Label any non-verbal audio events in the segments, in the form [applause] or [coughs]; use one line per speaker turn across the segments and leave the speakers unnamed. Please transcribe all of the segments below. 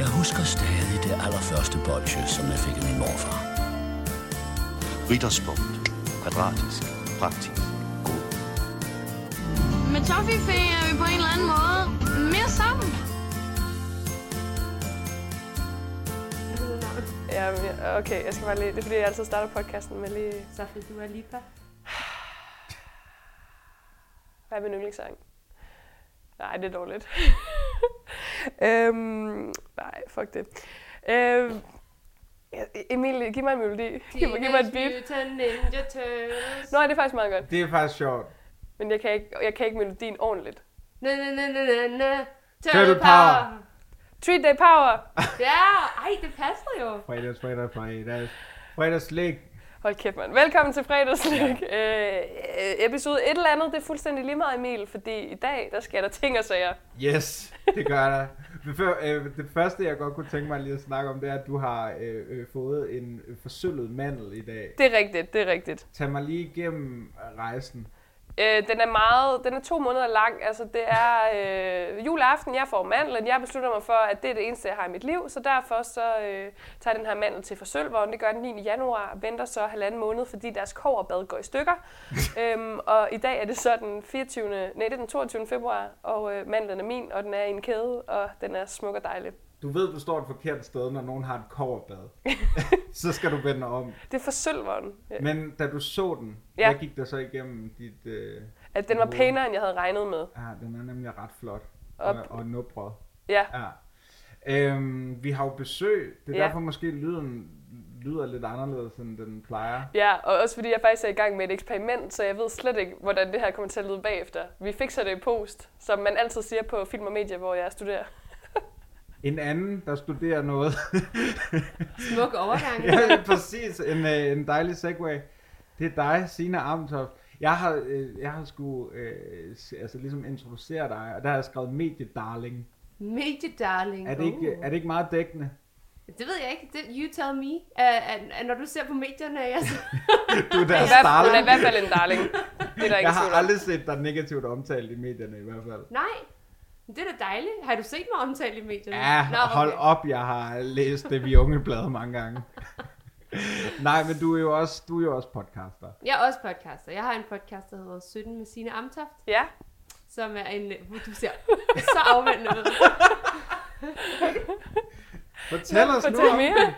Jeg husker stadig det allerførste bolsje, som jeg fik af min morfar.
Ritterspunkt. Kvadratisk. Praktisk. God.
Med Toffifee er vi på en eller anden måde mere sammen.
Ja, men jeg- okay, jeg skal bare lige... Det er fordi, jeg altid starter podcasten med lige...
Safi Dua Lipa.
Hvad er min yndlingssang? Nej, det er dårligt. [laughs] øhm, nej, fuck det. Øhm, ja, Emil, giv mig en melodi. Giv mig, giv mig et beat.
Mutant Ninja Turtles.
Nå, det er faktisk meget godt.
Det er faktisk sjovt.
Men jeg kan ikke, jeg kan ikke melodien ordentligt.
Na, na, na, na, na, na.
Turtle
Turtle
power.
Power.
Three Day Power!
Ja, ej, det passer jo.
Fredags, fredags, fredags. Fredagslæg.
Hold kæft, mand. Velkommen til fredagslyk. Øh, øh, episode et eller andet, det er fuldstændig lige meget, Emil, fordi i dag, der sker der ting og sager.
Yes, det gør der. Det, før, øh, det første, jeg godt kunne tænke mig lige at snakke om, det er, at du har øh, øh, fået en øh, forsøllet mandel i dag.
Det er rigtigt, det er rigtigt.
Tag mig lige igennem rejsen.
Øh, den er meget, den er to måneder lang. Altså, det er øh, juleaften, jeg får mandlen. Jeg beslutter mig for, at det er det eneste, jeg har i mit liv. Så derfor så, øh, tager jeg den her mandel til forsølveren. Det gør den 9. januar. Venter så halvanden måned, fordi deres koverbad går i stykker. øhm, og i dag er det så den, 24. Nej, det er den 22. februar. Og øh, mandlen er min, og den er i en kæde, og den er smuk og dejlig.
Du ved, du står et forkert sted, når nogen har et koverbad. så skal du vende om.
Det er forsølveren. Øh,
Men da du så den,
Ja.
ja. hvad gik der så igennem dit... Øh...
At den var pænere, end jeg havde regnet med.
Ah, den er nemlig ret flot.
Op.
Og, og nubret.
Ja,
Ja. Øhm, vi har jo besøg. Det er
Ja.
ja. derfor måske lyden lyder lidt anderledes, end den plejer.
Ja, og også fordi jeg faktisk er i gang med et eksperiment, så jeg ved slet ikke, hvordan det her kommer til at lyde bagefter. Vi fikser det i post, som man altid siger på film og medier, hvor jeg studerer.
En anden, der studerer noget. [laughs]
Smuk overgang.
ja, præcis. En, øh, en dejlig segue. Det er dig, Sina Amtoft. Jeg har, øh, jeg har sgu øh, s- altså ligesom introducere dig, og der har jeg skrevet mediedarling.
Major Darling.
Er det, ikke,
Uh.
er det ikke meget dækkende?
Det ved jeg ikke. Det, you tell me. Uh, at, at, når du ser på medierne, jeg så...
[laughs] Du er
Hun
deres
er, hun er i
darling.
hvert fald en darling. Det er der
Jeg
ingen
har
tvivl om.
aldrig set dig negativt omtalt i medierne i hvert fald.
Nej, men det er da dejligt. Har du set mig omtalt i medierne?
Ja,
Nå,
hold op, jeg har læst det vi ungeblad mange
[laughs]
gange. Nej, men du er jo også, du er jo også podcaster.
Jeg er også podcaster. Jeg har en podcast, der hedder 17 med Signe Amtoft,
Ja,
som er en... Hvor Du
[laughs]
ser så afvendende ud.
Fortæl os nu
fortæl
om
mere.
den.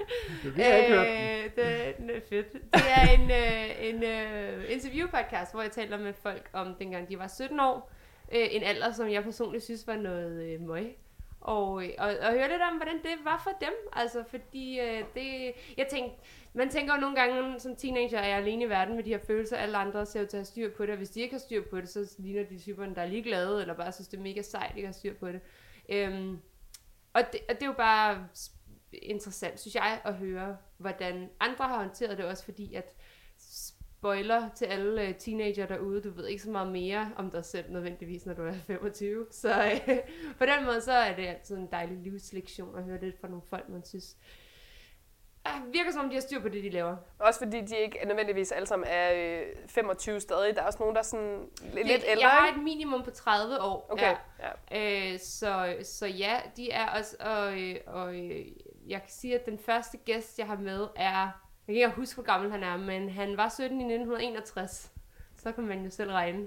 Det, vi har ikke hørt den.
Øh, det, det er fedt. Det er en, øh, en øh, interviewpodcast, hvor jeg taler med folk om dengang de var 17 år. Øh, en alder, som jeg personligt synes var noget øh, møg. Og, øh, og, og høre lidt om, hvordan det var for dem. Altså, fordi øh, det... Jeg tænkte, man tænker jo nogle gange, som teenager er jeg alene i verden med de her følelser. Alle andre ser ud til at have styr på det, og hvis de ikke har styr på det, så ligner de typerne, der er ligeglade, eller bare synes, det er mega sejt, ikke at have styr på det. Øhm, og, det, og det er jo bare interessant, synes jeg, at høre, hvordan andre har håndteret det også, fordi at spoiler til alle øh, teenager derude, du ved ikke så meget mere om dig selv nødvendigvis, når du er 25. Så øh, [laughs] på den måde, så er det altid en dejlig livslektion at høre lidt fra nogle folk, man synes øh, virker som om, de har styr på det, de laver.
også fordi de ikke nødvendigvis alle sammen er øh, 25 stadig. Der er også nogen, der er sådan lidt, lidt
Jeg-
ældre.
Jeg har
ikke?
et minimum på 30 år.
Okay, ja.
Øh, så, så ja, de er også, og, øh, og øh, jeg kan sige, at den første gæst, jeg har med, er, jeg kan ikke huske, hvor gammel han er, men han var 17 i 1961. Så kan man jo selv regne. [laughs]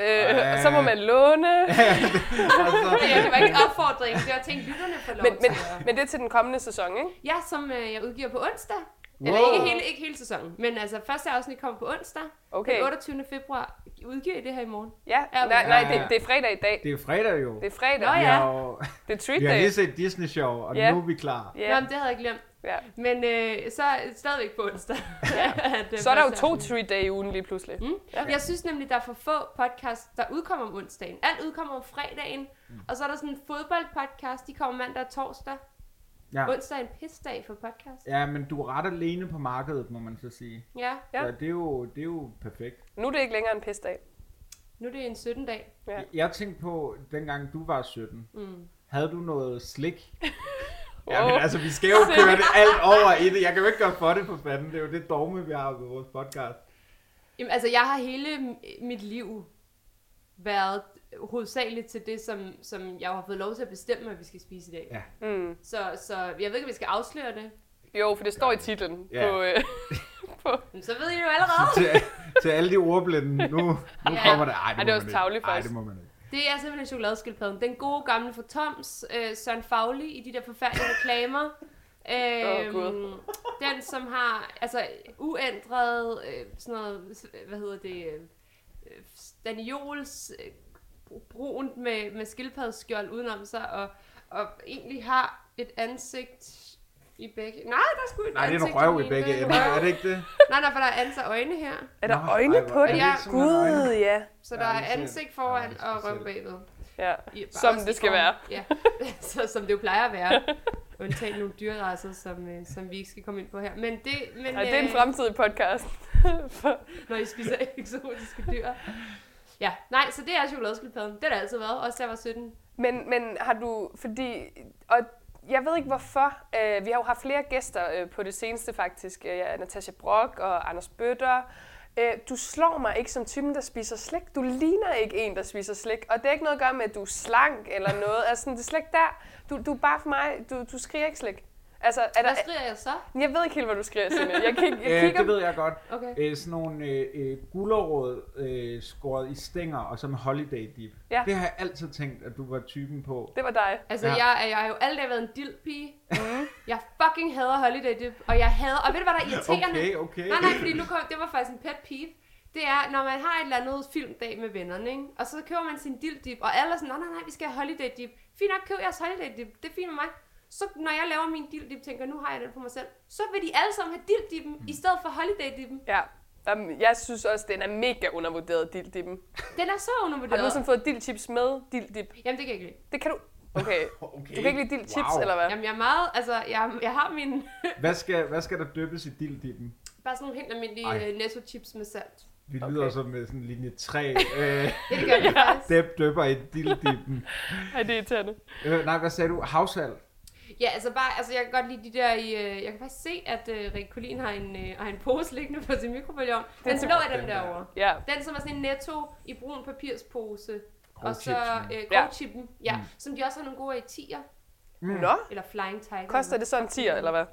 Øh, og så må man
[laughs]
låne.
Det,
altså,
det var ikke en opfordring, det var ting, lytterne får lov
Men, men,
til at gøre.
men det er til den kommende sæson, ikke?
Ja, som øh, jeg udgiver på onsdag. Eller
Wow.
ikke hele, ikke hele sæsonen, men altså første afsnit kommer på onsdag,
Okay.
den 28. februar. Udgiver I det her i morgen?
Ja,
Ja,
nej,
men-
nej
Ja, ja.
det, det er fredag i dag.
det er jo fredag jo.
Det er fredag.
Nå
Vi
ja.
har jo-
Det er treat
[laughs] Vi har
day.
lige set Disney-show, og
Ja.
nu er vi klar.
Yeah. Nå,
Ja,
men det havde jeg glemt.
ja.
Men øh, så stadigvæk på onsdag. [laughs] at, øh,
Så er der jo
første
to
afsnit.
treat day i ugen lige pludselig.
Ja. Jeg synes nemlig, der er for få podcasts, der udkommer om onsdagen. Alt udkommer om fredagen. Mm. Og så er der sådan en fodboldpodcast, de kommer mandag og torsdag.
Ja.
Ja. Onsdag er en pisdag for podcast.
ja, men du er ret alene på markedet, må man så sige.
Ja,
Ja.
Ja. Så det er jo, det er jo perfekt.
Nu er det ikke længere en pisdag.
nu er det en 17 dag.
Ja.
Jeg tænkte på, dengang du var 17,
Mm.
havde du noget slik?
Wow.
Ja, men altså, vi skal jo køre det alt over i det. Jeg kan jo ikke gøre for det for fanden. Det er jo det dogme, vi har på vores podcast.
Jamen, altså, jeg har hele m- mit liv været hovedsageligt til det, som, som jeg jo har fået lov til at bestemme, at vi skal spise i dag.
Ja.
Mm.
Så, så jeg ved ikke, om vi skal afsløre det.
Jo, for det står i titlen.
Ja.
På, øh, på.
Men så ved I jo allerede.
til, til alle de ordblinde. Nu, nu
Ja.
kommer det. Ej,
Ej, det
det, må
er
man
også
ikke.
tarveligt,
Ej,
faktisk.
det må man ikke.
Det er simpelthen chokoladeskildpadden. Den gode gamle fra Toms, øh, Søren Fagli i de der
[laughs]
forfærdelige reklamer.
Åh,
Øhm,
Gud.
den, som har altså, uændret, øh, sådan noget, hvad hedder det, øh, øh, staniols øh, brunt med, med skildpaddeskjold udenom sig, og, og egentlig har et ansigt i begge... Nej, der skulle et
Nej, det er
ansigt
en røv i
min-
begge
der en
ender.
røv.
Er det ikke det?
Nej, nej, for der er ansigt og øjne her.
Er der
Nå,
øjne
ej,
på
hvor-
det?
det er sådan
nogle
Gud,
øjne.
ja.
Så
Ja,
der er
det er
ansigt foran
specielt. Ja, det er
og røv
specielt.
bagved.
ja.
I- bare
Som
også
det
i
skal
form-
være.
Ja, [laughs] så, som det jo plejer at være. Undtagen nogle dyrraser, som, øh, som vi ikke skal komme ind på her. Men det, men,
Ej, det er en
øh,
fremtidig podcast. [laughs] For-
når I spiser [laughs] eksotiske dyr. Ja, nej, så det er chokoladeskildpadden. Det har det altid været, også da jeg var 17.
men, men har du, fordi, og jeg ved ikke hvorfor, øh, vi har jo haft flere gæster øh, på det seneste faktisk, øh, ja, Natasha Brock og Anders Bøtter. Øh, du slår mig ikke som typen, der spiser slik. Du ligner ikke en, der spiser slik. Og det er ikke noget at gøre med, at du er slank eller noget. [laughs] Altså, sådan, det er slet ikke der. Du, du er bare for mig, du, du skriger ikke slik. Altså, er der,
Hvad skriger jeg så?
jeg ved ikke helt, hvad du skriger, Signe. Jeg, kig, jeg
Øh,
kigger
det ved jeg godt.
Okay.
Øh, sådan nogle øh, øh, gulerod øh, skåret i stænger og som holiday dip.
Ja.
Det har jeg altid tænkt, at du var typen på.
Det var dig.
Altså,
Ja.
ja. jeg, er- jeg har jo alle dage været en dildpige.
Mhm.
Jeg fucking hader holiday dip, og jeg hader... Og ved du, hvad der er irriterende?
Okay, okay.
Nej, nej, fordi nu kom, det var faktisk en pet peeve. Det er, når man har et eller andet filmdag med vennerne, ikke? og så køber man sin dill dip, og alle er sådan, nej, nej, nej, vi skal have holiday dip. Fint nok, køb jeres holiday dip, det er fint med mig. Så når jeg laver min dill dip, tænker, nu har jeg den for mig selv, så vil de alle sammen have dill dippen, i stedet for holiday dippen.
Ja. Jamen, Jeg synes også, den er mega undervurderet, dilddippen.
Den er så
Har
undervurderet.
du nogensinde fået dildchips med dilddip?
Jamen, det kan jeg ikke lide.
Det kan du...
[laughs]
Okay.
Okay.
Du kan ikke lide dildchips,
Wow.
eller hvad?
Jamen, jeg er meget, altså, jeg, jeg har min, [laughs]
Hvad skal, hvad skal der dyppes i dilddippen?
bare sådan nogle helt almindelige
Ej.
øh, netto chips med salt.
Vi
Okay.
okay. lyder som med sådan linje
[laughs]
3. Øh,
Ja,
[laughs]
det gør jeg faktisk.
dem dypper i dilddippen.
Ej, det er irriterende.
øh, nej, hvad sagde du? Havsalt?
Ja, altså bare, altså jeg kan godt lide de der i, øh, jeg kan faktisk se, at øh, Rikke Collin har en, øh, har en pose liggende på sin mikrobølgeovn. Den blå er den
den der.
derovre.
Ja.
Den, som er sådan en netto i brun papirspose. Og så
Grødchips,
øh,
Ja.
grødchippen, ja. Som de også har nogle gode af i tiger.
hmm.
Nå,
Eller flying tiger.
koster det så en 10'er, eller hvad?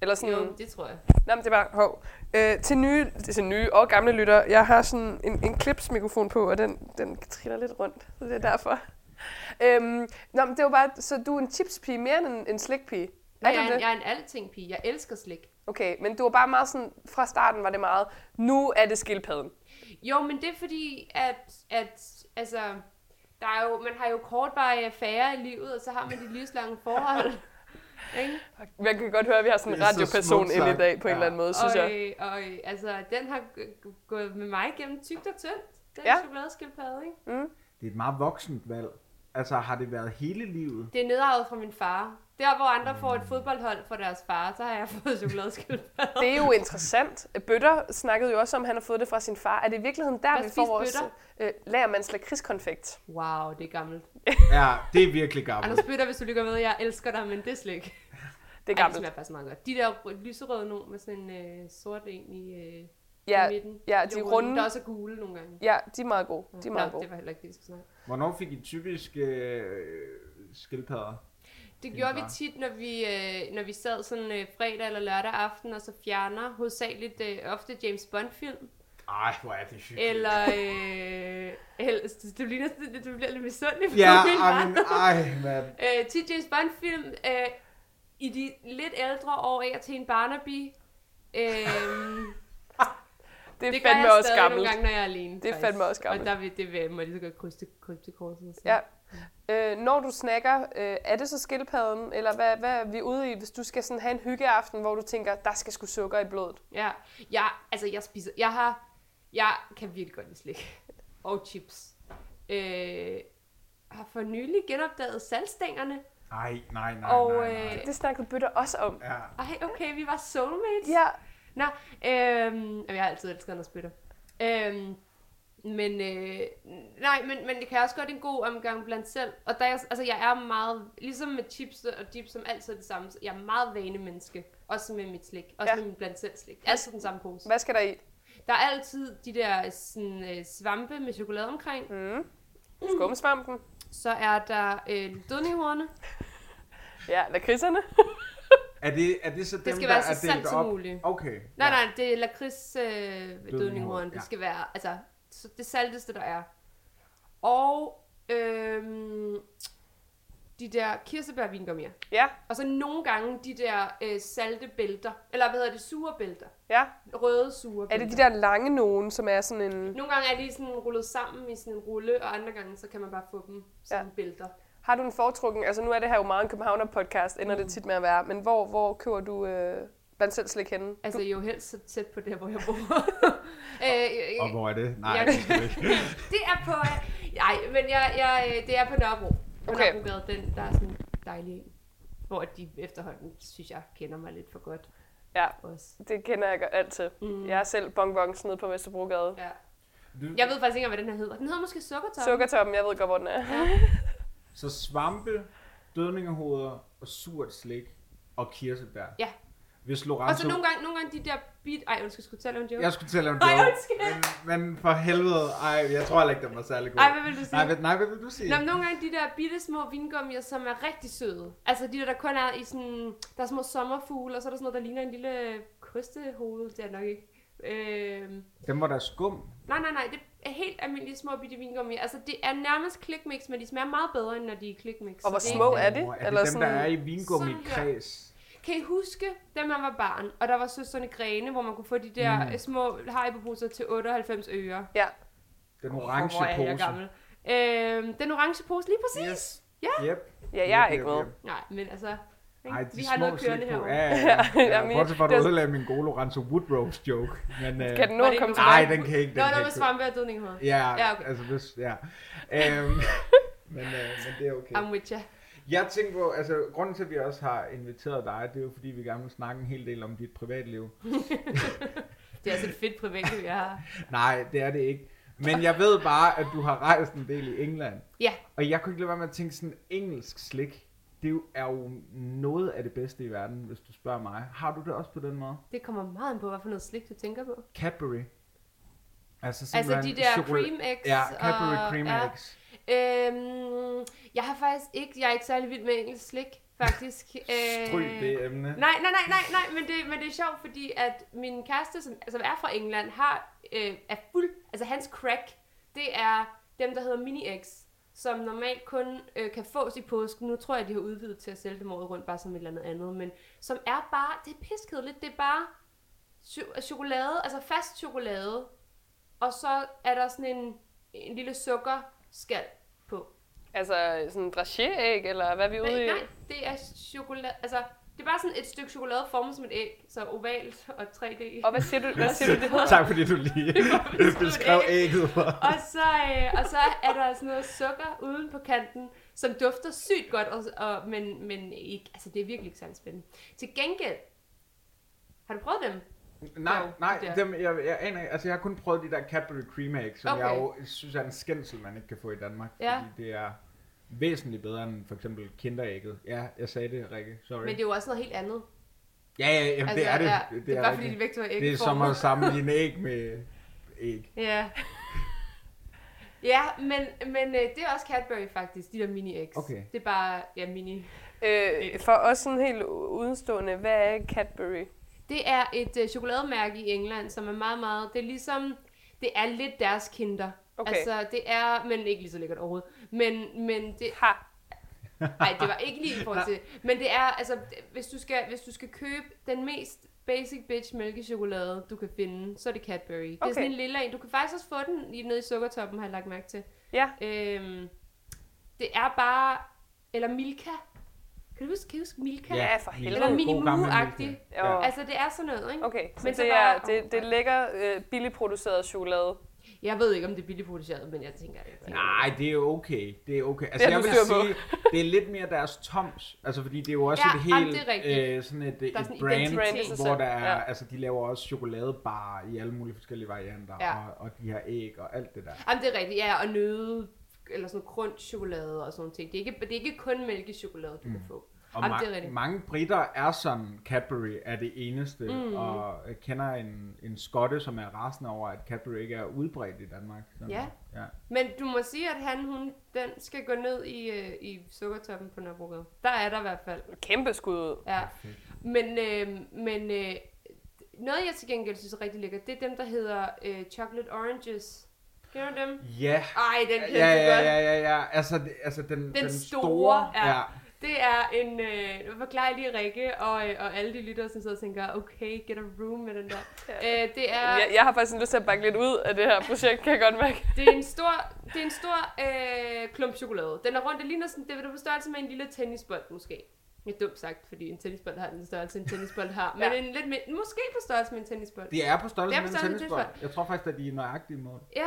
Eller sådan...
Jo, det tror jeg.
Nå, men det er bare... Hov. Øh, til, nye, til nye og gamle lytter, jeg har sådan en, en klipsmikrofon på, og den, den triller lidt rundt, så det er derfor. Øhm, nå, men det var bare... Så du er en chipspige mere end en, en slikpige? Er
Jeg
du
er, en,
det?
jeg er en alting pige. Jeg elsker slik.
Okay, men du var bare meget sådan... Fra starten var det meget... Nu er det skildpadden.
Jo, men det er fordi, at, at altså, der er jo, man har jo kortvarige affærer i livet, og så har man de livslange
[laughs]
forhold. Ikke?
Man kan godt høre, at vi har sådan en
Det er så
radioperson
smukt
ind i
sagt.
dag, på en
Ja.
eller anden måde, synes
og,
jeg.
øh, og øh, altså, den har g- g- gået med mig gennem tykt og tyndt. Den
Ja.
ja. chokoladeskildpadde, ikke?
Det er et meget voksent valg. Altså, har det været hele livet?
Det er nedarvet fra min far. Der, hvor andre får et fodboldhold fra deres far, så har jeg [laughs] fået chokoladeskildpadde.
Det er jo interessant. Bøtter snakkede jo også om, at han har fået det fra sin far. Er det i virkeligheden der,
Hvad
vi får
spiste
vores
Bøtter?
øh, lærmands lakridskonfekt?
Wow, det er gammelt.
Ja, det er virkelig gammelt.
Anders Bøtter, hvis du lykker med, jeg elsker dig, men det er slik. Ej,
Det er
det
gammelt.
smager faktisk meget godt. De der rø- lyserøde nogen med sådan en øh, sort en i, øh, i
Ja,
midten.
ja,
Det
de
er
runde.
Der også er gule nogle gange.
ja, de er meget gode. De er meget
Nå,
gode.
det var heller ikke det, vi skulle snakke om.
Hvornår fik I typisk øh, skildpadder?
Det
Din
gjorde vi
far.
tit, når vi, øh, når vi sad sådan øh, fredag eller lørdag aften, og så fjerner hovedsageligt øh, ofte James Bond-film.
Ej, hvor er det hyggeligt.
Eller, øh, eller du, ligner, sådan lidt- du bliver lidt misundelig på [laughs]
Ja,
min
ej, men,
barndom.
ej, mand.
Øh, tit James Bond-film øh, i de lidt ældre år af til en Barnaby.
[laughs]
Øh,
Det er
det gør
fandme
jeg
også
stadig
gammelt.
nogle gange, når jeg er alene.
Det er
faktisk.
fandme også gammelt.
Og der vil, det vil, må jeg lige så godt krydse til, krydse til korset. og sige.
Ja. Øh, når du snakker, øh, er det så skildpadden, eller hvad, hvad er vi ude i, hvis du skal sådan have en hyggeaften, hvor du tænker, der skal sgu sukker i blodet?
Ja, jeg, altså jeg spiser, jeg har, jeg kan virkelig godt lide slik [laughs] og chips. Øh, har for nylig genopdaget saltstængerne.
Ej, nej, nej,
Og,
nej, nej.
øh,
Det snakkede Bøtter også om.
Ja.
Ej, okay, vi var soulmates.
Ja,
Nå, øhm, jamen, jeg har altid elsket Anders Bøtter. Øhm, men, øh, nej, men, men det kan også godt en god omgang blandt selv. Og der er, jeg- altså, jeg er meget, ligesom med chips og dip, som altid er det samme, så jeg er meget vanemenneske. Også med mit slik, også
Ja.
ja. med min blandt selv slik. Altid den samme pose.
hvad skal der i?
Der er altid de der sådan, øh, svampe med chokolade omkring.
Mm. Skumsvampen.
Så er der øh, dødninghorne.
Ja, lakridserne. [laughs]
Er det, er det så dem,
Det skal
der
være
er
så
delt
sandt som
op?
muligt.
Okay.
Nej,
ja.
nej, det er lakrids øh, dødninghorn.
ja.
Det skal være, altså, så det salteste, der er. Og øhm, de der kirsebær
Ja,
Og så nogle gange de der øh, salte bælter. Eller hvad hedder det? Sure bælter.
ja.
Røde sure
Er
bælter.
det de der lange nogen, som er sådan en...
Nogle gange er de sådan rullet sammen i sådan en rulle, og andre gange, så kan man bare få dem som
Ja.
bælter.
Har du en foretrukken... Altså nu er det her jo meget en Københavner-podcast, ender
Mm.
det tit med at være. Men hvor, hvor køber du øh, blandt selv slik henne?
Altså jo helst så tæt på der, hvor jeg bor.
[laughs]
øh,
Og hvor er det? Nej,
Ja.
det skal du ikke.
det er på... øh, Nej, men jeg, jeg, øh, det er på Nørrebro. På
Okay.
okay. Nørrebrogade, den, der er sådan en dejlig en. Hvor de efterhånden, synes jeg, kender mig lidt for godt
Ja,
også.
det kender jeg godt altid. Mm. Jeg er selv bonbons nede på Vesterbrogade.
[laughs] Ja.
Du,
Jeg ved faktisk ikke, hvad den her hedder. Den hedder måske Sukkertop.
Sukkertoppen, jeg ved godt, hvor den er.
Så svampe, dødningehoveder og surt slik og kirsebær.
Ja.
Hvis
Og
Lorenzo...
så nogle gange, nogle gange de der bit... Ej, undskyld, skulle jeg tale om joke?
Jeg skulle til at lave en
Ej,
joke.
undskyld.
men, men for helvede, ej, jeg tror heller ikke, den var særlig god.
Ej, hvad vil du sige?
Nej, hvad, nej, hvad vil du sige?
Nå, men nogle gange de der bitte små vingummier, som er rigtig søde. Altså de der, der kun er i sådan... Der er små sommerfugle, og så er der sådan noget, der ligner en lille kostehoved. Det er det nok ikke. Øh,
Den var da skum.
nej, nej, nej. Det er helt almindelige små bitte vingummier. Altså det er nærmest klikmix, men de smager meget bedre, end når de er klikmix.
Og hvor
Så det-
små er de?
Åh, Er det
Eller
dem,
sådan-
der er i vingummikreds?
Kan I huske, da man var barn, og der var søsterne Grene, hvor man kunne få de der mm. små haribo til 98 øre?
Ja,
Den orange
Hvor er jeg
pose.
gammel. Øh, den orange pose, lige præcis.
Yes.
Ja.
Yep.
ja jeg er ikke med.
Nej, men altså... ikke?
Ej, de
vi har noget kørende
her.
herovre.
[laughs]
Ja, ja, ja.
Jamen,
ja bortset fra, at du
det var-
ødelagde min gode Lorenzo Woodrose joke. Men, øh,
Kan den nu
Var det
komme
ikke
tilbage?
Nej, den kan ikke. Den
Nå,
kan
der var
ikke.
svampe og dødning i hovedet.
Ja,
Ja,
ja
okay.
okay. altså hvis,
[laughs]
ja. Øhm, men, øh, men det er okay.
I'm with ya.
Jeg tænker på, altså grunden til, at vi også har inviteret dig, det er jo fordi, vi gerne vil snakke en hel del om dit privatliv.
Det er altså et fedt privatliv, jeg har.
Nej, det er det ikke. Men jeg ved bare, at du har rejst en del i England.
Ja,
Og jeg kunne ikke lade være med at tænke sådan, engelsk slik, det er jo- er jo noget af det bedste i verden, hvis du spørger mig. Har du det også på den måde?
det kommer meget an på, hvad for noget slik, du tænker på.
Cadbury. Altså,
Altså de
simpelthen
der
chokolade-
cream eggs.
Ja, Cadbury
og-
cream
ja.
eggs.
Øhm, jeg har faktisk ikke, jeg er ikke særlig vild med engelsk slik, faktisk. Øhm,
Stryg det emne.
øh, [laughs] Nej, nej, nej, nej, nej, men det, men det er sjovt, fordi at min kæreste, som, som er fra England, har, øh, er fuld, altså hans crack, det er dem, der hedder mini X, som normalt kun øh, kan fås i påsken. Nu tror jeg, de har udvidet til at sælge dem året rundt, bare som et eller andet andet, men som er bare, det er piskedeligt, det er bare cho- chokolade, altså fast chokolade, og så er der sådan en, en lille sukkerskal på.
Altså sådan en dragéæg, eller hvad er vi ude i?
Nej, nej, det er chokolade, altså det er bare sådan et stykke chokolade formet som et æg, så ovalt og 3D.
Og hvad siger du, hvad siger du det hedder?
Tak fordi du
[laughs]
lige beskrev ægget for.
Og så, øh, og så er der sådan noget sukker uden på kanten, som dufter sygt godt, og, og, men, men ikke, altså, det er virkelig ikke særlig spændende. Til gengæld, har du prøvet dem?
Nej,
Jo,
nej,
de der.
dem, jeg, jeg aner ikke. Altså, jeg har kun prøvet de der Cadbury Cream Eggs, som
Okay.
okay. jeg jo synes er en skændsel, man ikke kan få i Danmark.
Ja.
Fordi det er væsentligt bedre end for eksempel kinderægget. Ja, jeg sagde det, Rikke. Sorry.
Men det er jo også noget helt andet.
Ja, ja, jamen, altså, det er det.
Ja, det, er bare fordi, de
rigtigt.
begge to er æg.
det er som at sammenligne æg med æg.
Ja. [laughs] Ja, men, men øh, det er også Cadbury faktisk, de der mini-eggs.
Okay.
Det er bare, ja, mini.
Øh, for os sådan helt udenstående, hvad er Cadbury?
Det er et øh, chokolademærke i England, som er meget, meget... Det er ligesom... Det er lidt deres kinder.
Okay.
Altså, det er... Men ikke lige så lækkert overhovedet. Men, men det...
Ha!
Nej, det var ikke lige i
[laughs]
forhold til... Men det er... Altså, det- hvis du, skal, hvis du skal købe den mest basic bitch mælkechokolade, du kan finde, så er det Cadbury. Det er
Okay.
sådan en lille en. Du kan faktisk også få den i- nede i sukkertoppen, har jeg lagt mærke til.
Ja,
Øhm, det er bare... Eller Milka. Kan du huske, kan du huske Milka?
Ja, for helvede.
Eller Mini
God gammel
Moo-agtig.
Milka.
Jo.
Ja.
Altså, det er sådan noget, ikke?
okay. Så,
Men
Men
så
det,
bare-
er, det, det er lækker, øh, billigt produceret chokolade.
Jeg ved ikke, om det er billigt produceret, men jeg tænker det.
Nej, det er okay. Det er okay. Altså,
Ja,
jeg
du
vil
styrer på.
sige, det er lidt mere deres toms. Altså, fordi det er jo også
Ja,
et
jamen,
helt
det er rigtigt.
øh, sådan et, et
sådan en
brand,
identitet.
Brand i sig
hvor
selv,
der er,
ja.
ja. altså, de laver også chokoladebarer i alle mulige forskellige varianter,
Ja.
og, og de her æg og alt det der.
Jamen, det er rigtigt, ja, og nøde, eller sådan noget grønt chokolade og sådan nogle ting. Det er ikke, det er ikke kun mælkechokolade, du mm. kan få.
Og
Jamen,
ma-
det er rigtigt.
mange britter er sådan, Cadbury er det eneste, mm. og jeg kender en, en skotte, som er rasende over, at Cadbury ikke er udbredt i Danmark. Sådan,
Ja.
ja.
Men du må sige, at han, hun, den skal gå ned i, øh, i sukkertoppen på Nørrebrogaden. Der er der i hvert fald.
Kæmpe skud ud.
Ja. Men, øh, men øh, noget, jeg til gengæld synes er rigtig lækkert, det er dem, der hedder øh, Chocolate Oranges. Kender du dem?
Ja.
Ej, den kan
Ja,
jeg
ja,
godt.
ja, ja, ja. Altså, det- altså den, den,
store, ja.
ja. ja.
Det er en, øh, nu forklarer jeg lige Rikke, og, øh, og alle de lyttere, som sidder og tænker, okay, get a room med den der. øh, det er...
Jeg, jeg har faktisk sådan lyst til at bakke lidt ud af det her projekt, kan jeg godt mærke.
Det er en stor, det er en stor øh, klump chokolade. Den er rundt, det ligner sådan, det vil du på størrelse med en lille tennisbold måske. Det er dumt sagt, fordi en tennisbold har den størrelse, en tennisbold har. Men
Ja.
ja. en lidt mere, måske på størrelse med en tennisbold.
Det er på
Det
størrelse
er på
med en
størrelse med en
tennisbold. Jeg tror faktisk, at de er nøjagtige mål.
Ja.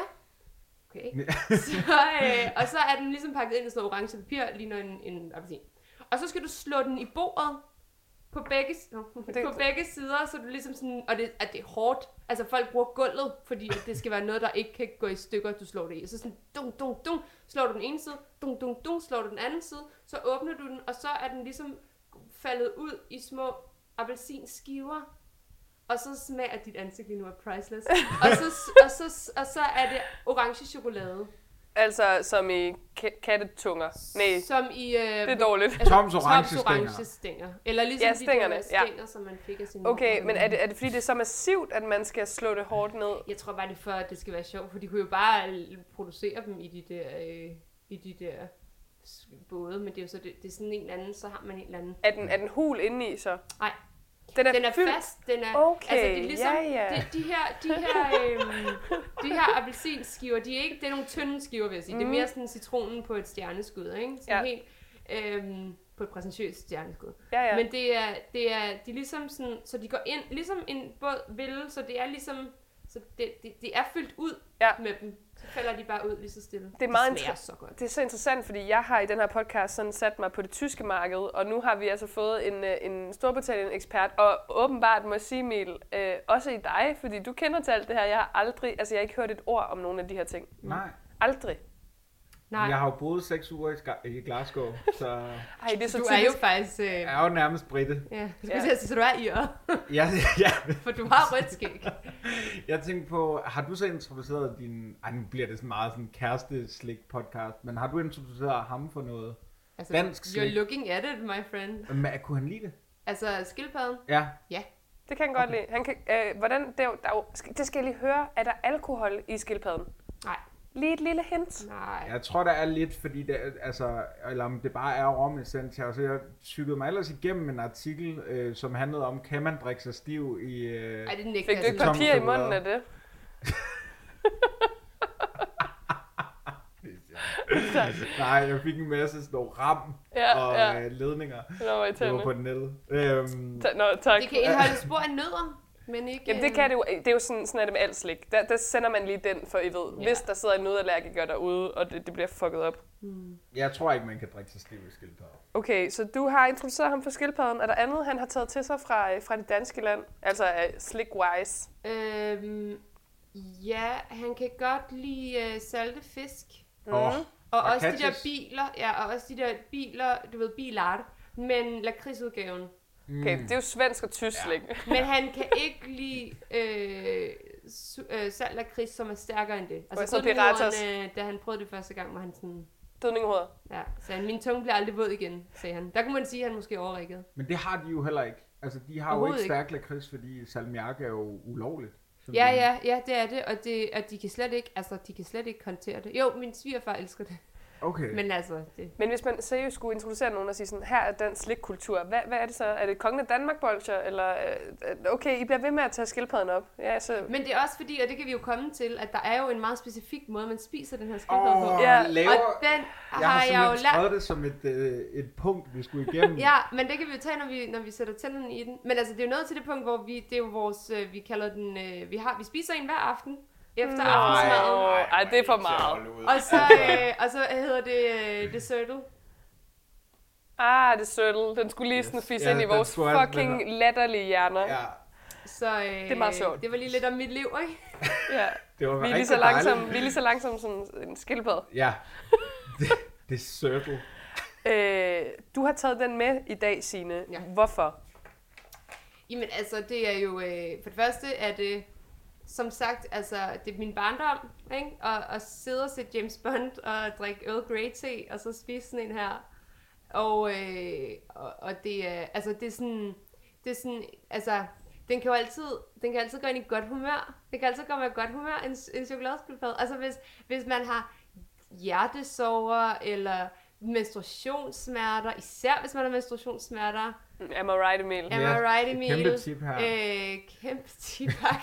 Okay.
Men-
[laughs] så, øh, og så er den ligesom pakket ind i sådan noget orange papir, ligner en, en appelsin. Og så skal du slå den i bordet på begge, no,
Det-
på begge sider, så du ligesom sådan, og det, at det er hårdt. Altså folk bruger gulvet, fordi at det skal være noget, der ikke kan gå i stykker, du slår det i. Så sådan dum, dum, dum, slår du den ene side, dum, dum, dum, slår du den anden side, så åbner du den, og så er den ligesom faldet ud i små appelsinskiver. Og så smager at dit ansigt lige nu er priceless. og, så, og, så, og så er det orange chokolade.
Altså, som i ka- kattetunger. Nej,
Som i... Øh,
det er dårligt.
Toms orange
orange
stænger.
stænger. Eller ligesom
Ja,
de
stængerne,
der
ja.
stænger, som man fik af sin
Okay,
mor.
men er det, er det fordi, det er så massivt, at man skal slå det hårdt ned?
Jeg tror bare, det er for, at det skal være sjovt, for de kunne jo bare l- producere dem i de der, øh, i de der s- både, men det er jo så det, det er sådan en eller anden, så har man en eller anden.
Er den, er den hul indeni så?
Nej,
Den er,
den er
fyldt.
fast, den er,
Okay,
altså det er ligesom,
ja, ja.
De, de her, de her, øhm, de her appelsinskiver, de er ikke, det er nogle tynde skiver, vil jeg sige. Mm. Det er mere sådan citronen på et stjerneskud, ikke?
Ja.
Sådan ja. helt, øhm, på et præsentøst stjerneskud.
Ja, ja.
Men det er, det er, de er ligesom sådan, så de går ind, ligesom en båd vil, så det er ligesom, så det, det, det er fyldt ud
Ja.
ja. med dem. Så falder de bare ud lige så stille.
Det er meget
det smager
inter-
så godt.
Det er så interessant, fordi jeg har i den her podcast sådan sat mig på det tyske marked, og nu har vi altså fået en, øh, en Storbritannien-ekspert, og åbenbart må jeg sige, Emil, øh, også i dig, fordi du kender til alt det her. Jeg har aldrig, altså jeg har ikke hørt et ord om nogen af de her ting.
[laughs] Nej.
Aldrig.
Nej,
Jeg har jo boet seks uger i, Ska- i Glasgow, så
Ej, det er så
du er
typisk.
jo faktisk, øh,
jeg
ja,
er jo nærmest britte.
jeg skulle
Ja.
til at sige, så du er i år,
Ja, [laughs] ja.
[laughs] for du har rødt skæg.
Jeg tænkte på, har du så introduceret din... Ej, nu bliver det sådan meget sådan kæreste-slik podcast, men har du introduceret ham for noget?
Altså,
Dansk
You're
slik.
looking at it, my friend.
Men, kunne han lide det?
Altså, skildpadden?
Ja.
Ja.
Det kan han godt lide. Han kan, øh, hvordan, det, er jo- der er jo, skal- det skal jeg lige høre. Er der alkohol i skildpadden?
Nej.
Lige et lille hint.
Nej.
Jeg tror, der er lidt, fordi det, er- altså, eller om det bare er romessens. Jeg, altså, jeg tykkede mig ellers igennem en artikel, øh, som handlede om, kan man drikke sig stiv i... Øh,
Ej,
Fik
det nægter
du
jeg
ikke
simpelthen.
Tom
papir i
chokolade.
munden af det?
nej, jeg fik en masse sådan noget ram
Ja,
og
ja.
øh, ledninger.
Nå, hvor
Det var på
irriterende.
nettet. Øhm,
Ta- Nå, tak.
Det kan øh, indeholde spor af nødder, men ikke...
Jamen det kan det jo, det er jo sådan, sådan er det med alt slik. Der, der sender man lige den, for I ved, ja.
Ja.
hvis der sidder en nødallergiker derude, og det, det bliver fucket op.
jeg tror ikke, man kan drikke sig stiv i skildpadder.
Okay, så du har introduceret ham for skildpadden. Er der andet, han har taget til sig fra, øh, fra det danske land? Altså øh, slik-wise.
Øhm, ja, han kan godt lide øh, salte fisk.
Mm. Oh,
Og,
Og
også de der
katjes.
biler, ja, og også de der biler, du ved, bilart, men lakridsudgaven.
Okay, mm. det er jo svensk og tysk ja. slik. [laughs]
Men han kan ikke lide øh, su- øh, salt lakrids, som er stærkere end det. Altså,
Og så
kun
Piratas.
ordene, da han prøvede det første gang, var han sådan,
Dødninghoveder.
ja, sagde han, min tunge bliver aldrig våd igen, sagde han. Der kunne man sige, at han måske overrækkede.
Men det har de jo heller ikke. Altså, de har jo
Overhovedet
ikke stærk lakrids, fordi salmiak er jo ulovligt.
Ja, ja, ja, det er det, og, det, og de kan slet ikke, altså, de kan slet ikke håndtere det. Jo, min svigerfar elsker det,
Okay. Men...
men altså, det,
Men hvis man seriøst skulle introducere nogen og sige sådan, her er den slikkultur, hvad, hvad er det så? Er det kongen af Danmark bolcher? Eller, øh, okay, I bliver ved med at tage skildpadden op. Ja, så,
Men det er også fordi, og det kan vi jo komme til, at der er jo en meget specifik måde, man spiser den her skildpadde på.
Åh,
Ja.
ja. laver...
Og den
Jeg har,
har jeg jo
simpelthen skrevet
lært.
det som et, øh, et punkt, vi skulle igennem.
Ja, men det kan vi jo tage, når vi, når vi sætter tænderne i den. Men altså, det er jo nået til det punkt, hvor vi, det er jo vores, øh, vi kalder den, øh, vi, har, vi spiser en hver aften efter
Mm.
Nej. aftensmaden.
Åh, ej, det er for meget.
Og så, øh, og så hedder det øh, dessertet.
Ah, det er sødt. Den skulle lige sådan fisse
Ja,
ind i
den
vores
skulle have-
fucking
den
latterlige hjerner.
ja.
Så øh, det
er meget sjovt.
Det var lige lidt om mit liv, ikke?
Ja.
Det var
Vi er, lige
rigtig
så langsomme,
dejligt.
vi er lige så langsomme som en skildpadde.
Ja. Det, det er circle.
Øh, du har taget den med i dag, Signe.
Ja.
Ja. Hvorfor?
Jamen altså, det er jo, øh, for det første er det, som sagt, altså, det er min barndom, ikke? Og, at sidde og se James Bond og drikke Earl Grey te, og så spise sådan en her. Og, øh, og, og det er, altså, det er sådan, det er sådan, altså, den kan jo altid, den kan altid gå ind i godt humør. Den kan altid komme i godt humør, en, en chokoladespilfad. Altså, hvis, hvis man har hjertesover, eller menstruationssmerter, især hvis man har menstruationssmerter,
Mm, Am I right, Emil?
Am I right,
et
Emil?
kæmpe tip her.
Øh, kæmpe tipak.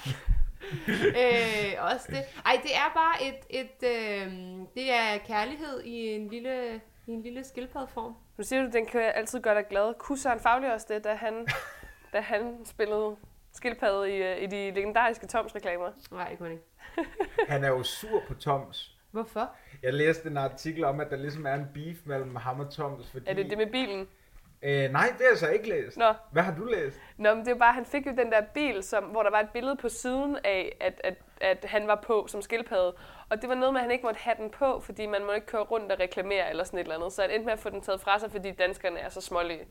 [laughs] øh, også det. Ej, det er bare et, et øh, det er kærlighed i en lille, i en lille skildpaddeform.
Nu siger du, den kan altid gøre dig glad. Kunne Søren Fagli også det, da han, da han spillede skildpadde i, øh, i de legendariske Toms-reklamer?
Nej, det kunne han ikke.
Han er jo sur på Toms.
Hvorfor?
Jeg læste en artikel om, at der ligesom er en beef mellem ham og Toms, fordi...
Er det det med bilen?
Øh, nej, det har jeg så ikke læst.
Nå.
Hvad har du læst?
Nå, men det var bare, han fik jo den der bil, som, hvor der var et billede på siden af, at, at, at han var på som skildpadde. Og det var noget med, at han ikke måtte have den på, fordi man må ikke køre rundt og reklamere eller sådan et eller andet. Så han endte med at få den taget fra sig, fordi danskerne er så smålige.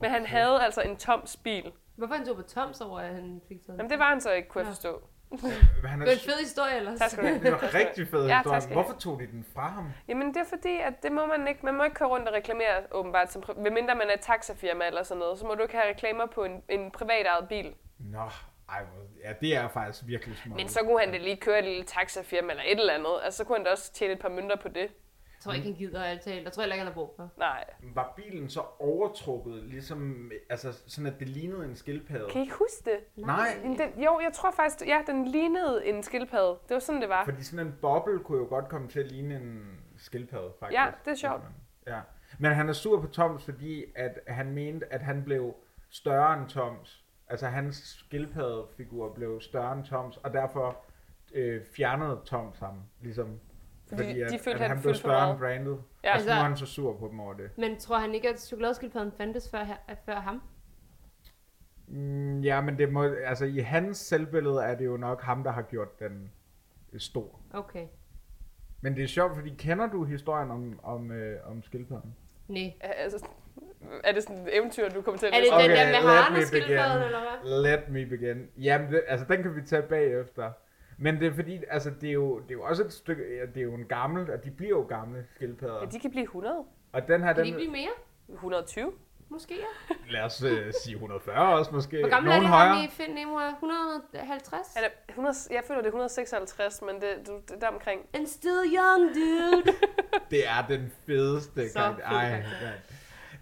Men han havde altså en toms bil.
Hvorfor han tog på toms over, at han fik taget
Jamen det var han så ikke, kunne
Nå.
jeg forstå.
Øh, Han er
Det var en
sur.
fed historie ellers.
Tak skal du have.
Det er en rigtig
[laughs]
fed
Ja, tak
historie.
skal I have.
Hvorfor tog de den fra ham?
Jamen det er fordi, at det må man ikke. Man må ikke køre rundt og reklamere åbenbart. Som, pri- medmindre man er et taxafirma eller sådan noget, så må du ikke have reklamer på en, en privat ejet bil.
Nå, ej, hvor- ja, det er faktisk virkelig smukt.
Men så kunne han da lige køre et lille taxafirma eller et eller andet. Altså så kunne han da også tjene et par mønter på det.
[laughs] Jeg tror ikke, han gider alt talt. Jeg tror heller ikke, han har brug for.
Nej.
Var bilen så overtrukket, ligesom, altså sådan, at det lignede en skildpadde?
Kan I ikke huske det?
Nej,
Jamen, Den, jo, jeg tror faktisk, ja, den lignede en skildpadde. Det var sådan, det var.
fordi sådan en boble kunne jo godt komme til at ligne en skildpadde, faktisk.
Ja, det er sjovt.
Ja. Men han er sur på Toms, fordi at han mente, at han blev større end Toms. Altså hans skildpaddefigur blev større end Toms, og derfor øh, fjernede Toms ham, ligesom.
Fordi de følte,
at
han
han blev
fyldte for
større
meget.
end brandet.
Ja.
Ja, altså, nu
Altså-
er han så sur på dem over det.
Men tror han ikke, at chokoladeskildpadden fandtes før, her, øh, før ham?
Mm, ja, men det må, altså, i hans selvbillede er det jo nok ham, der har gjort den øh, stor.
Okay.
Men det er sjovt, fordi kender du historien om, om, øh, om skildpadden?
Nej.
Altså, er det sådan et eventyr, du kommer til at
Er det
læse op?
den der med
let
haren
me
og skildpadden,
begin.
eller hvad?
Let me begin. Jamen, det, altså, den kan vi tage bagefter. Men det er fordi, altså, det er jo, det er jo også et stykke, ja, det er jo en gammel, og de bliver jo gamle skildpadder.
Ja, de kan blive 100.
Og den her,
Kan de
den,
blive mere?
120.
Måske, ja.
lad os øh, sige 140 også måske.
Hvor gammel er
Nogen
det
højere.
ham i Find Nemo? Er 150?
Han er 100, jeg føler, det er 156, men det, du- det er der omkring.
And still
[laughs]
young, dude.
Det er den fedeste
Så
karakter.
fed
Ej,
karakter.
mand.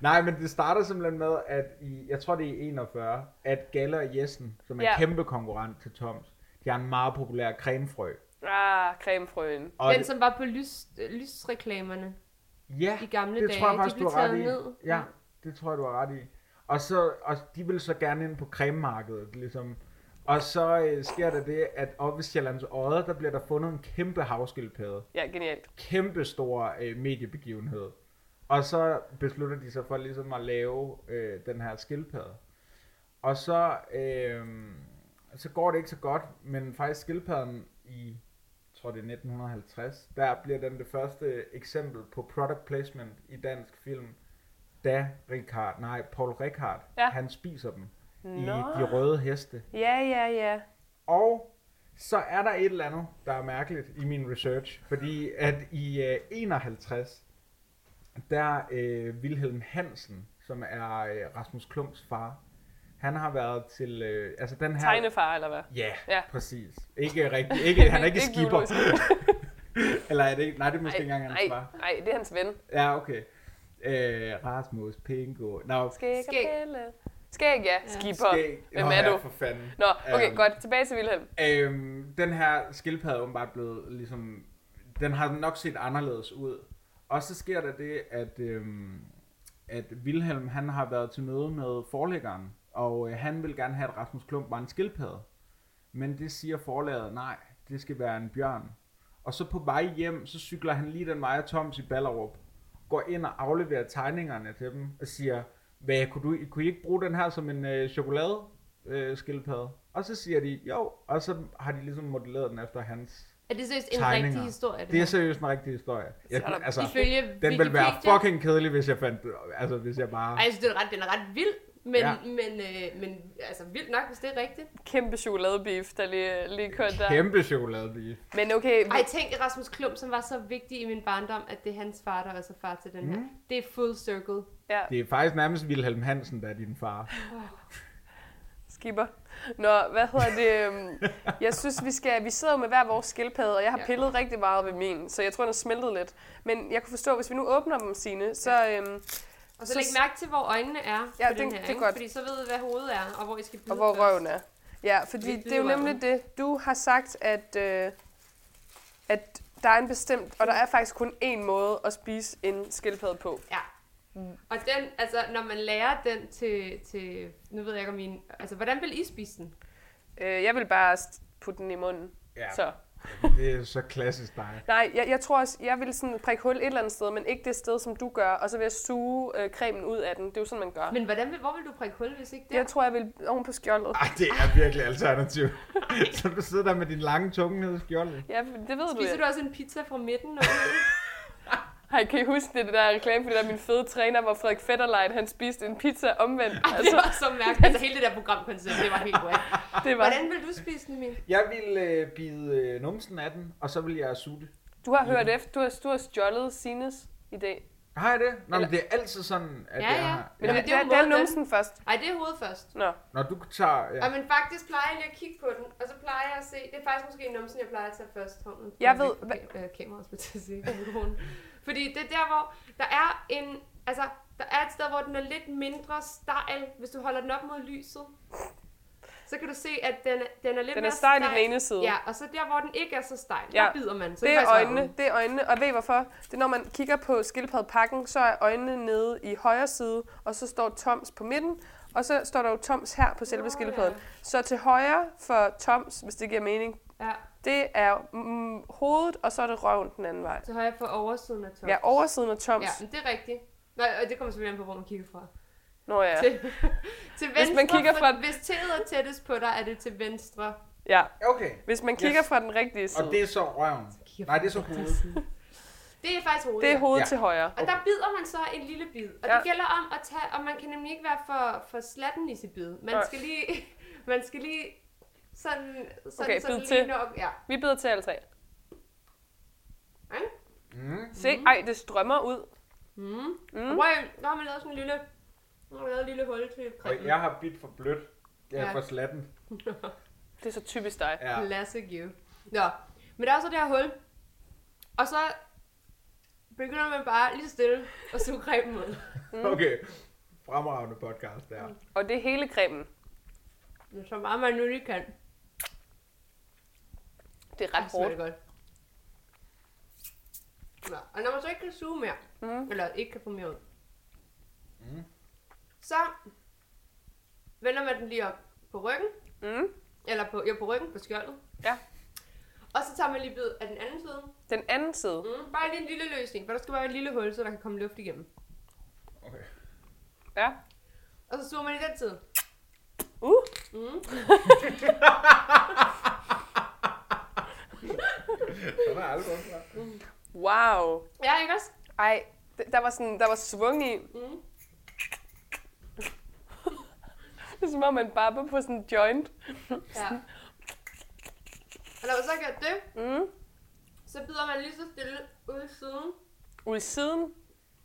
Nej, men det starter simpelthen med, at i, jeg tror det er i 41, at Galler og Jessen, som er
Ja.
ja. kæmpe konkurrent til Toms, de har en meget populær cremefrø.
Ah, cremefrøen.
Og
Den, som var på lys, øh, lysreklamerne.
ja,
i gamle
det
dage,
tror jeg
de
faktisk,
blev
du har ret
taget
i.
ned.
Ja, det tror jeg, du har ret i. Og, så, og de vil så gerne ind på crememarkedet, ligesom. Og så øh, sker der det, at oppe ved Sjællands Odde, der bliver der fundet en kæmpe havskildpadde.
Ja, genialt.
kæmpe stor øh, mediebegivenhed. Og så beslutter de sig for ligesom at lave øh, den her skildpadde. Og så, øh, så går det ikke så godt, men faktisk skildpadden i, jeg tror det er 1950, der bliver den det første eksempel på product placement i dansk film, da Richard, nej, Paul Richard,
Ja.
ja. han spiser dem i
Nå.
De Røde Heste.
Ja, ja, ja.
Og så er der et eller andet, der er mærkeligt i min research, fordi at i øh, 51, der øh, Wilhelm Hansen, som er øh, Rasmus Klumps far, han har været til, øh, altså den her...
Tegnefar, eller hvad?
Ja,
Ja.
ja, præcis. Ikke rigtig, ikke, han er ikke,
[laughs] Ikke
skipper.
biologisk.
[laughs] eller er det ikke, nej, det er måske
Nej,
ikke engang hans
nej,
far.
nej, det er hans ven.
Ja, okay. Øh, Rasmus Pingo. Nå,
Skæg og
Skæg.
pille. Skæg, ja. Skipper.
skæg.
Hvem
Nå,
er
ja,
du?
For fanden.
Nå, okay,
Øhm,
godt. Tilbage til Wilhelm.
Øhm, den her skildpadde er åbenbart blevet ligesom... Den har nok set anderledes ud. Og så sker der det, at, øhm, at Wilhelm han har været til møde med forlæggeren, og øh, han vil gerne have, at Rasmus Klump var en skildpadde. Men det siger forlaget, nej, det skal være en bjørn. Og så på vej hjem, så cykler han lige den vej af Toms i Ballerup, går ind og afleverer tegningerne til dem, og siger, hvad, kunne, du, kunne I ikke bruge den her som en øh, chokolade øh, skildpadde? Og så siger de, jo, og så har de ligesom modelleret den efter hans
Er det seriøst en
Tegninger.
rigtig historie?
Det er seriøst en rigtig historie. Jeg,
Så er der-
altså,
Ifølge
den ville være
Wikipedia-
fucking kedelig, hvis jeg fandt... Altså, hvis jeg bare...
Ej, jeg synes, den er ret, den er ret vild. Men,
Ja.
ja. men, øh, men altså, vildt nok, hvis det er rigtigt.
Kæmpe chokoladebif, der lige, øh, lige kørte der.
Kæmpe chokoladebige.
Men okay,
Ej, tænk Rasmus Klump, som var så vigtig i min barndom, at det er hans far, der også er far til den her.
Mm.
Det er full circle.
ja,
Det er faktisk nærmest Wilhelm Hansen, der er din far.
skipper. Nå, hvad hedder det?
[laughs]
øhm, Jeg synes, vi skal... Vi sidder jo med hver vores skildpadde, og jeg har
Ja.
pillet rigtig meget ved min, så jeg tror, den er smeltet lidt. Men jeg kunne forstå, hvis vi nu åbner dem, sine, så... Øhm,
Og så,
Så
læg
s-
mærke til, hvor øjnene er
Ja,
på den,
den-
her,
det er
ikke?
godt.
fordi så ved I, hvad hovedet er, og hvor I skal bide
og hvor
først.
røven er. Ja, fordi
Lidt
det er jo
bide
nemlig det. Du har sagt, at, øh, at der er en bestemt... Og der er faktisk kun én måde at spise en skildpadde på.
Ja.
Mm.
Og den, altså, når man lærer den til, til nu ved jeg ikke om min, altså, hvordan vil I spise den?
Øh, Jeg vil bare st- putte den i munden.
Ja.
Så.
Det er så klassisk dig.
Nej, jeg, jeg tror også, jeg vil sådan prikke hul et eller andet sted, men ikke det sted, som du gør, og så vil jeg suge øh, cremen ud af den. Det er jo sådan, man gør.
Men hvordan vil, hvor vil du prikke hul, hvis ikke det?
Jeg tror, jeg vil oven på skjoldet.
Ej, det er virkelig [laughs] alternativ. så du sidder der med din lange tunge nede i skjoldet.
Ja, det ved
Spiser
du,
du
ja.
også en pizza fra
[laughs]
midten? Og
Hej, kan I huske det der reklame for det der min fede træner, hvor Frederik Fetterlein, han spiste en pizza omvendt?
det
Altså,
var så mærkeligt. Altså hele det der programkoncept, det var
[laughs]
helt godt.
det var.
Hvordan vil du spise den, min?
Jeg vil øh, bide øh, numsen af den, og så vil jeg suge det.
Du har hørt efter, du har, du har stjålet Sines i dag.
Har jeg det? Nå, men det er altid sådan, at
Ja,
jeg
ja.
har...
Men
Ja.
ja,
det er jo
det er
måden.
numsen først.
Ej, det er hovedet først.
Nå,
Når du tager...
Ja.
Ja.
men faktisk plejer jeg lige at kigge på den, og så plejer jeg at se, det er faktisk måske numsen, jeg plejer at tage først hånden.
Jeg ved,
Hva... Øh, kameraet skulle jeg til at sige, mikrofonen. Fordi det er der, hvor der er en, altså, der er et sted, hvor den er lidt mindre stejl, hvis du holder den op mod lyset. Så kan du se, at den, er- den er lidt
den er
mere
stejl i den ene side.
Ja, og så der, hvor den ikke er så stejl, ja.
Ja.
der bider man. Så
Det er
faktisk
øjnene, det er øjnene, og ved I hvorfor? Det er, når man kigger på skildpaddepakken, så er øjnene nede i højre side, og så står Toms på midten, og så står der jo Toms her på selve
Nå,
skildpadden.
ja.
Så til højre for Toms, hvis det giver mening,
Ja,
det er mm, hovedet, og så er det røven den anden vej.
så har jeg på oversiden af toppen.
Ja, oversiden af Toms.
Ja, men det er rigtigt. Nej, og det kommer selvfølgelig an på, hvor man kigger fra.
Nå ja.
til, til venstre, hvis, man kigger fra... hvis tæet er tættest på dig, er det til venstre.
ja.
Okay.
Hvis man kigger
Yes.
fra den rigtige side,
Og det er så røven. Nej, det er så hovedet.
Det er faktisk hovedet.
det er hovedet
Ja.
til højre.
Og der bider man så en lille bid. Og ja.
Ja.
det gælder om at tage, og man kan nemlig ikke være for, for slatten i sit bid. Man
Nej.
skal lige, [laughs] man skal lige sådan, sådan,
Okay,
sådan
bid
lige
til.
nå op. Ja.
Vi beder til alle tre.
Ej.
Mm.
Se,
Mhm.
ej, det strømmer ud.
Mm. Og prøv, at- der har man lavet sådan en lille, man har lavet et lille hul til
Og
[laughs] kremen.
jeg har bidt for blødt. Jeg er
Ja.
for slatten.
Det er så typisk dig.
Ja.
Classic you. Nå, men der er så det her hul. Og så begynder man bare lige stille og suge cremen ud.
Okay. Fremragende podcast der.
Og det er hele cremen.
Så meget man nu lige kan.
Det er ret
Det smager
hårdt.
det godt. Nå, og når man så ikke kan suge mere, mm. eller ikke kan få mere ud, mm. så vender man den lige op på ryggen,
Mm.
eller på, ja, på ryggen, på skjoldet,
Ja.
og så tager man lige bid af den anden side.
Den anden side.
Mm, bare lige en lille løsning, for der skal være et lille hul, så der kan komme luft igennem.
Okay.
Ja.
Og så suger man i den side.
Uh.
Den er aldrig fra.
Wow.
Ja, ikke også?
Ej, d- der var sådan, der var svung i.
Mm.
[laughs] Det er som om, man babber på sådan en joint.
Ja. Og når man så har gjort det,
Mm.
så bider man lige så stille ud i siden,
Ude i siden.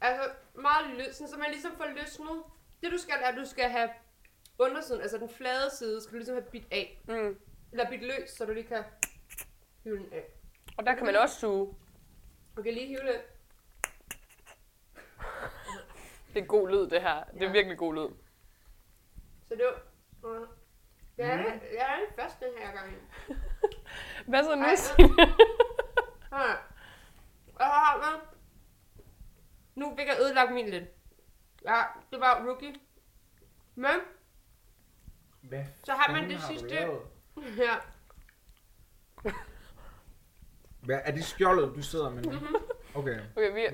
Altså meget løs, sådan, så man ligesom får løsnet. Det du skal er, at du skal have undersiden, altså den flade side, skal du ligesom have bidt af.
Mm.
Eller bidt løs, så du lige kan hive den af.
Og der kan man også suge.
Du kan lige hive den.
Det er god lyd, det her. Det er
Ja.
virkelig god lyd.
Så det var... Jeg er, det, jeg er den første den her gang.
Hvad så nu?
Ej,
Signe?
Sådan. Og så har man... Nu fik jeg ødelagt min lidt. Ja, det var rookie. Men, [laughs]
Hvad
Så har man
fanden
det
du
sidste.
lavet?
ja,
Hvad, er det skjoldet, du sidder med nu?
Mhm.
Okay.
Okay, vi,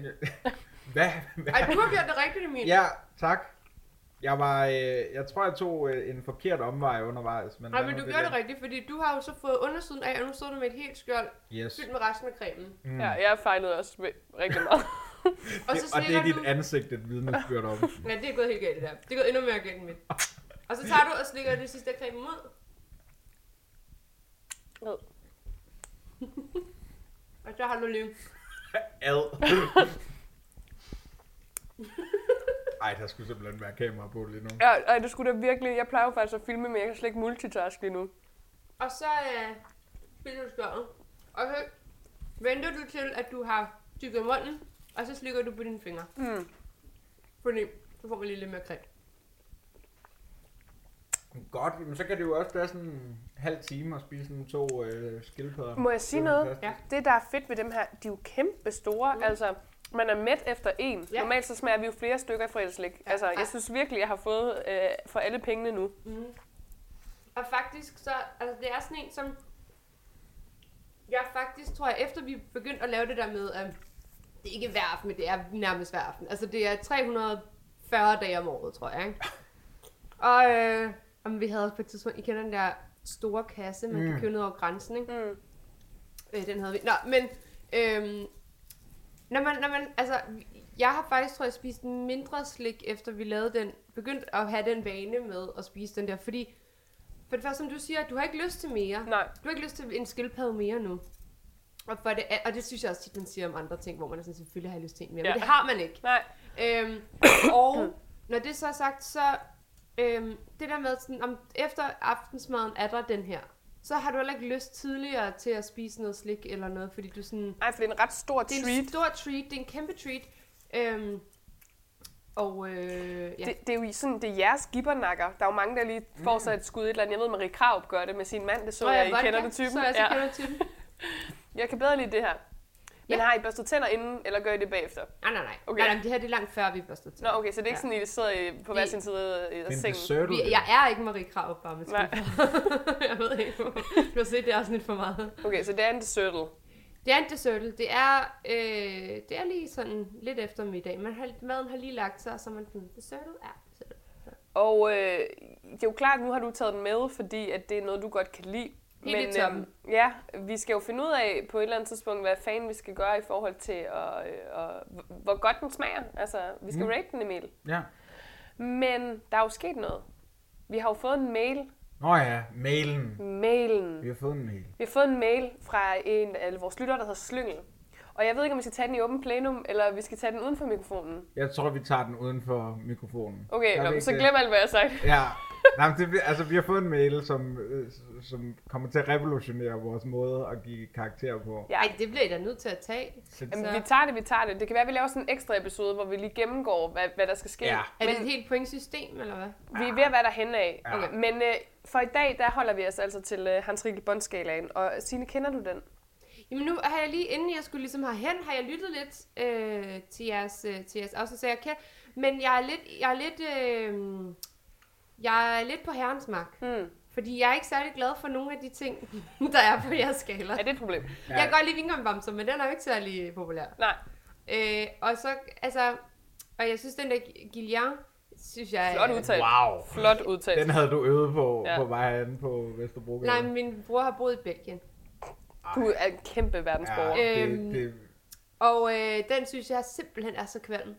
Hvad? hvad?
Ej, du har gjort det rigtigt, Emil.
Ja, tak. Jeg var, øh, jeg tror, jeg tog øh, en forkert omvej undervejs. Men
Nej,
lad
men
nu
du gør det
ligge.
rigtigt, fordi du har jo så fået undersiden af, og nu står du med et helt skjold
Yes.
fyldt med resten af
[laughs]
cremen.
Mm.
Ja, jeg fejlede også med- rigtig meget.
Og
Det,
så
og det er
slikker du...
dit ansigt, et vidnesbyrd
[laughs]
om.
Ja, det er gået helt galt det der. Det er gået endnu mere galt end
[laughs]
mit. Og så tager du og slikker det sidste af cremen ud.
Rød.
[laughs] Og så har du liv.
Ad. Ej, der skulle simpelthen være kamera på lige nu.
Ja, ej, det skulle da virkelig. Jeg plejer jo faktisk at filme, men jeg kan slet ikke multitask lige nu.
Og så øh, spiller du skjoldet. Og så venter du til, at du har tykket munden, og så slikker du på dine fingre.
Mm.
Fordi så får man lige lidt mere creme.
Godt, men så kan det jo også være sådan en halv time at spise sådan to øh, skildpadder.
Må jeg sige
Det er
noget?
fantastisk.
Ja.
Det, der er fedt ved dem her, de er jo kæmpe store. Mm. Altså, man er mæt efter en.
Ja.
Ja. Normalt så smager vi jo flere stykker af forældreslik.
Ja.
Ja. Altså,
Ej.
jeg synes virkelig, jeg har fået øh, for alle pengene nu.
Mm. Og faktisk så, altså det er sådan en, som jeg faktisk tror, jeg efter vi begyndte at lave det der med, at det er ikke hver aften, men det er nærmest hver aften. Altså det er 340 dage om året, tror jeg. Ikke? Og øh, jamen, vi havde også på et tidspunkt, I kender den der store kasse, man mm.
Mm.
kan købe ned over grænsen, ikke?
Mm.
Øh, den havde vi. Nå, men... Øhm, når man, når man, altså, jeg har faktisk, tror jeg, spist mindre slik, efter vi lavede den, begyndt at have den vane med at spise den der, fordi, for det første, som du siger, du har ikke lyst til mere.
Nej.
Du har ikke lyst til en skildpadde mere nu. Og, for det, an- og det synes jeg også tit, man siger om andre ting, hvor man er sådan, selvfølgelig har jeg lyst til en mere, ja.
Ja.
men det har man ikke.
Nej.
Øhm, og når det så er sagt, så øhm, det der med, sådan, om efter aftensmaden er der den her, så har du heller ikke lyst tidligere til at spise noget slik eller noget, fordi du sådan...
Ej, for det er en ret stor
Det er
treat.
en stor treat, det er en kæmpe treat. Øhm, og øh, ja, Mm. det,
Det, det er jo sådan, det er jeres gibbernakker. Der er jo mange, der lige får sig et skud et eller andet. Jeg ved, Marie Kraup gør det med sin mand. Det så jeg, I kender du typen.
Så jeg, så
ja.
ja. kender du typen.
[laughs] jeg kan bedre lide det her. Men
Ja.
ja. har I børstet tænder inden, eller gør I det bagefter?
Nej, nej, nej. Okay.
Okay.
nej, nej det her det er langt før, vi børstede til.
Nå, okay, så det er ikke
Ja.
ja. sådan, I sidder i- på hver
Det-
sin side af- af
Men
sengen.
dessert
Vi, jeg er ikke Marie Krav bare med
Nej.
[laughs] Jeg ved ikke, hvorfor. du har set det afsnit for meget.
Okay, så det er en dessertel.
Det er en dessert. Det er, øh, det er lige sådan lidt efter middag. Man har, maden har lige lagt sig, og så er man sådan, dessertet er dessertet.
Og øh, det er jo klart, at nu har du taget den med, fordi at det er noget, du godt kan lide.
Helt i toppen.
øhm, ja, vi skal jo finde ud af på et eller andet tidspunkt, hvad fanden vi skal gøre i forhold til, at, øh, og, hvor godt den smager. Altså, vi skal
Mm.
mm. rate den, Emil.
Ja.
Men der er jo sket noget. Vi har jo fået en mail.
Nå ja, mailen.
Mailen.
Vi har fået en mail.
Vi har fået en mail fra en af vores lyttere, der hedder Slyngel. Og jeg ved ikke, om vi skal tage den i åben plenum, eller vi skal tage den uden for mikrofonen.
Jeg tror, vi tager den uden for mikrofonen.
Okay,
Gør vi
nå,
ikke
så
det?
glem alt, hvad jeg har sagt.
Ja. Nej, men det, altså, vi har fået en mail, som, øh, som kommer til at revolutionere vores måde at give karakter på.
Ja.
Ej, det bliver I da nødt til at tage.
Jamen,
Så-
vi tager det, vi tager det. Det kan være, at vi laver sådan en ekstra episode, hvor vi lige gennemgår, hvad, hvad der skal ske.
Ja.
Er
Men
det et helt pointsystem, eller hvad?
vi er ved at være derhen af.
Ja. Okay.
Men øh, for i dag, der holder vi os altså til øh, Hans Rikkel Bondskalaen. Og Signe, kender du den?
Jamen nu har jeg lige, inden jeg skulle ligesom herhen, har jeg lyttet lidt øh, til, jeres, øh, til jeres afsnit, så jeg kan. Men jeg er lidt, jeg er lidt, øh, jeg er lidt på herrens mark.
Hmm.
Fordi jeg er ikke særlig glad for nogle af de ting, [laughs] der er på jeres skala.
Er det et problem?
Ja. Jeg kan godt lide vingummibamser, men den er jo ikke særlig populær.
Nej.
Øh, og så, altså, og jeg synes den der Guillian, synes jeg... øh,
Flot udtalt.
Wow.
Flot udtalt.
Den havde du øvet på, ja.
Ja.
på vej an på Vesterbro.
Nej, men min bror har boet i Belgien.
Du er en kæmpe verdensborger.
Ja.
ja,
Øhm,
det, det,
Og øh, den synes jeg simpelthen er så kvalm.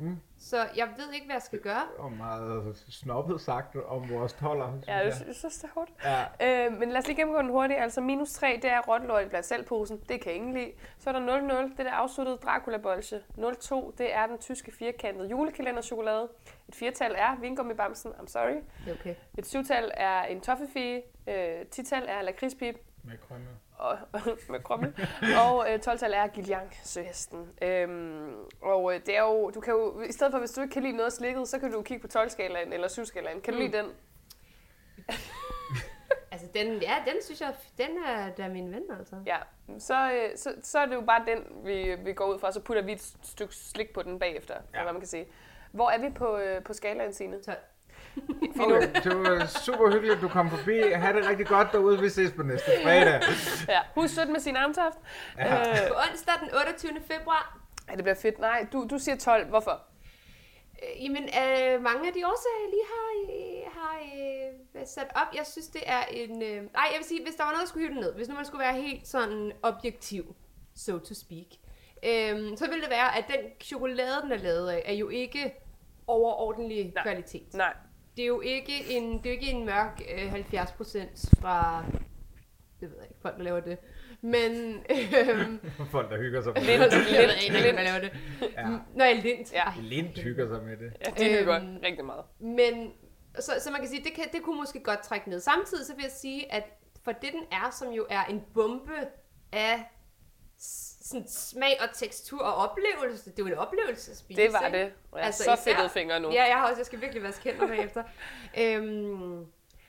Mm.
Så jeg ved ikke, hvad jeg skal gøre.
var meget altså, snobbet sagt om vores toller. synes
Ja,
jeg.
jeg sy- jeg synes, det er hårdt.
ja.
Øh, men lad os lige gennemgå den hurtigt. Altså minus 3, det er rotlort i blandt selvposen. Det kan ingen lide. Så er der 0-0, det der afsluttede Dracula-bolsje. 0-2, det er den tyske firkantede julekalenderchokolade. Et firtal er vingummibamsen, I'm sorry.
Det er okay.
Et syvtal er en toffefie. Øh, tital er lakridspip
Med krømme.
og, [laughs] med krummel. og øh, 12-tal er Gillian søhesten. Øhm, og øh, det er jo, du kan jo, i stedet for hvis du ikke kan lide noget slikket, så kan du jo kigge på 12-skalaen eller 7-skalaen. Kan du
Mm.
lide den?
Altså, den, ja, den synes jeg, den er da min ven, altså.
Ja, så, øh, så, så er det jo bare den, vi, vi går ud fra, så putter vi et stykke slik på den bagefter, ja. eller hvad man kan sige. Hvor er vi på, øh, på skalaen, Signe?
12.
Okay, det var super hyggeligt, at du kom forbi. Ha' det rigtig godt derude. Vi ses på næste [laughs] fredag.
Ja. Husk sødt med sin armtaft.
Ja.
Ja. Øh,
På onsdag den 28. februar,
ja, det bliver fedt. Nej, du, du siger 12. Hvorfor?
Øh, Jamen, øh, mange af de årsager, jeg lige har, øh, har øh, sat op, jeg synes, det er en... Øh, ej, jeg vil sige, hvis der var noget, jeg skulle hive det ned, hvis nu man skulle være helt sådan objektiv, so to speak, øh, så ville det være, at den chokolade, den er lavet af, er jo ikke overordentlig
Nej.
kvalitet.
Nej.
Det er jo ikke en, det er jo ikke en mørk øh, 70% fra... Det ved jeg ikke, folk der laver det. Men... [laughs] Øh,
Folk, der hygger sig med
Lidt.
det.
jeg ved ikke, hvem der laver det.
Ja.
Nå, jeg er lindt.
Ja.
Lind hygger sig med det.
Ja, de hygger
Øhm.
rigtig meget.
Men, så, så man kan sige, det, kan, det kunne måske godt trække ned. Samtidig så vil jeg sige, at for det den er, som jo er en bombe af s- sådan smag og tekstur og oplevelse. Det er jo en oplevelse at spise,
Det var
ikke?
det. Ja, altså, så
især-
fedtede fingre nu.
Ja, jeg har også, jeg skal virkelig vaske hænder
[laughs]
bagefter. øhm,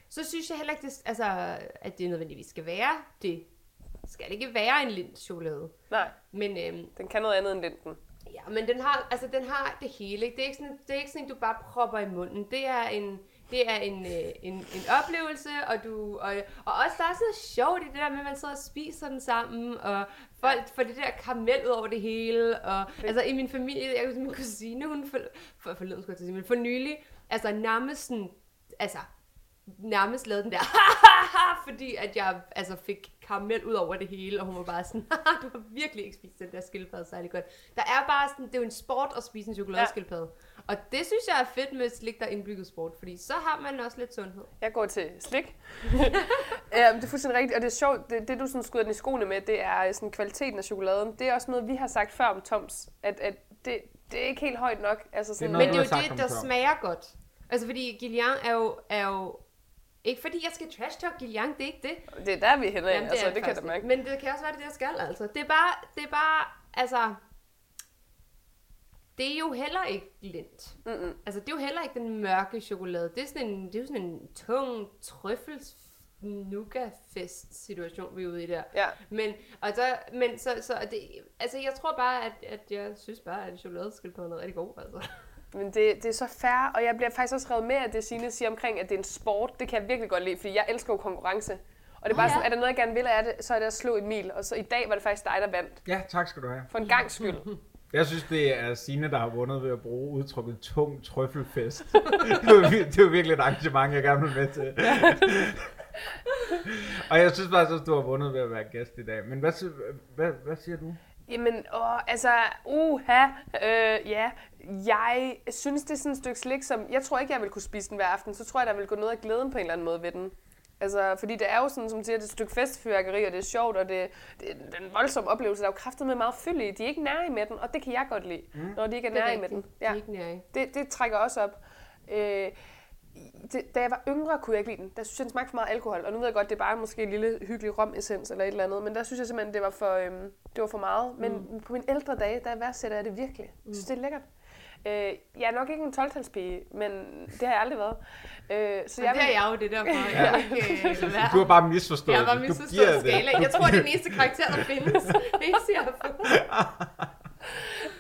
så synes jeg heller ikke, det, altså, at det nødvendigvis skal være det. Skal ikke være en lind chokolade.
Nej,
Men øhm,
den kan noget andet end linden.
Ja, men den har, altså, den har det hele. Ikke? Det, er ikke sådan, det er ikke sådan, en, du bare propper i munden. Det er en, det er en, øh, en, en oplevelse, og, du, og, og også der er sådan noget sjovt i det der med, at man sidder og spiser den sammen, og folk får det der karamel ud over det hele. Og, altså i min familie, jeg kan huske, min kusine, hun for, for, forleden skulle jeg til at sige, men for nylig, altså nærmest sådan, altså nærmest lavede den der, [laughs] fordi at jeg altså, fik karamel ud over det hele, og hun var bare sådan, [laughs] du har virkelig ikke spist den der skildpadde særlig godt. Der er bare sådan, det er jo en sport at spise en chokoladeskildpadde. Ja. Og det synes jeg er fedt med slik, der er indbygget sport, fordi så har man også lidt sundhed.
Jeg går til
[laughs]
slik. ja, men det er fuldstændig rigtigt, og det er sjovt, det, det du sådan skyder den i skoene med, det er øh, sådan kvaliteten af chokoladen. Det er også noget, vi har sagt før om Toms, at, at det, det er ikke helt højt nok. Altså sådan,
noget,
Men det
du
er
har
jo
sagt om
det, der
før.
smager godt. Altså fordi Gillian er jo, er jo ikke fordi jeg skal trash talk Gillian, det er ikke det.
det er der, vi er henne af,
Jamen, det
altså,
er
det, kan
faktisk
jeg da mærke.
ikke. Men det kan også være, det er det, jeg skal, altså. Det er bare, det er bare, altså... Det er jo heller ikke lint.
Mm-mm.
Altså, det er jo heller ikke den mørke chokolade. Det er sådan en, det er jo sådan en tung trøffels fest situation vi er ude i der.
Ja.
Men, og så, men så, så og det, altså, jeg tror bare, at, at jeg synes bare, at chokoladeskildpadden er rigtig god, altså.
Men det, det er så fair, og jeg bliver faktisk også revet med af det, Signe siger omkring, at det er en sport. Det kan jeg virkelig godt lide, fordi jeg elsker jo konkurrence. Og det er bare
Ja.
sådan, er der noget, jeg gerne vil af det, så er det at slå en mil. Og så i dag var det faktisk dig, der vandt.
Ja, tak skal du have.
For en gang skyld.
Jeg synes, det er Signe, der har vundet ved at bruge udtrykket tung trøffelfest. [laughs] det, er, vir- det er virkelig et arrangement, jeg gerne vil med til. [laughs] og jeg synes faktisk også, du har vundet ved at være gæst i dag. Men hvad, si- hvad, hvad siger du?
Jamen, åh, altså, uha, øh, ja, jeg synes, det er sådan et stykke slik, som, jeg tror ikke, jeg vil kunne spise den hver aften, så tror jeg, der vil gå noget af glæden på en eller anden måde ved den. Altså, fordi det er jo sådan, som du siger, det er et stykke festfyrkeri, og det er sjovt, og det, det er en voldsom oplevelse, der er jo kraftet med meget fyld i. De er ikke nære med den, og det kan jeg godt lide, mm. når de ikke er nære med den.
Ja. Det er ikke nærig.
Det, det trækker også op. Øh, det, da jeg var yngre, kunne jeg ikke lide den. Der synes jeg, den smagte for meget alkohol. Og nu ved jeg godt, det er bare måske en lille hyggelig romessens eller et eller andet. Men der synes jeg simpelthen, det var for, øhm, det var for meget. Men mm. på mine ældre dage, der værdsætter jeg det virkelig. Jeg
Mm.
synes, det er lækkert. Øh, jeg er nok ikke en 12 men det har jeg aldrig været. Øh, så
Men det er
vil-
jeg jo det der for. Jeg vil ikke, øh, være-
Du har bare misforstået
Jeg var
det. Du
misforstået
giver
skala.
det.
Jeg tror, det er den eneste karakter, der
[laughs]
findes. Det eneste, jeg har fået.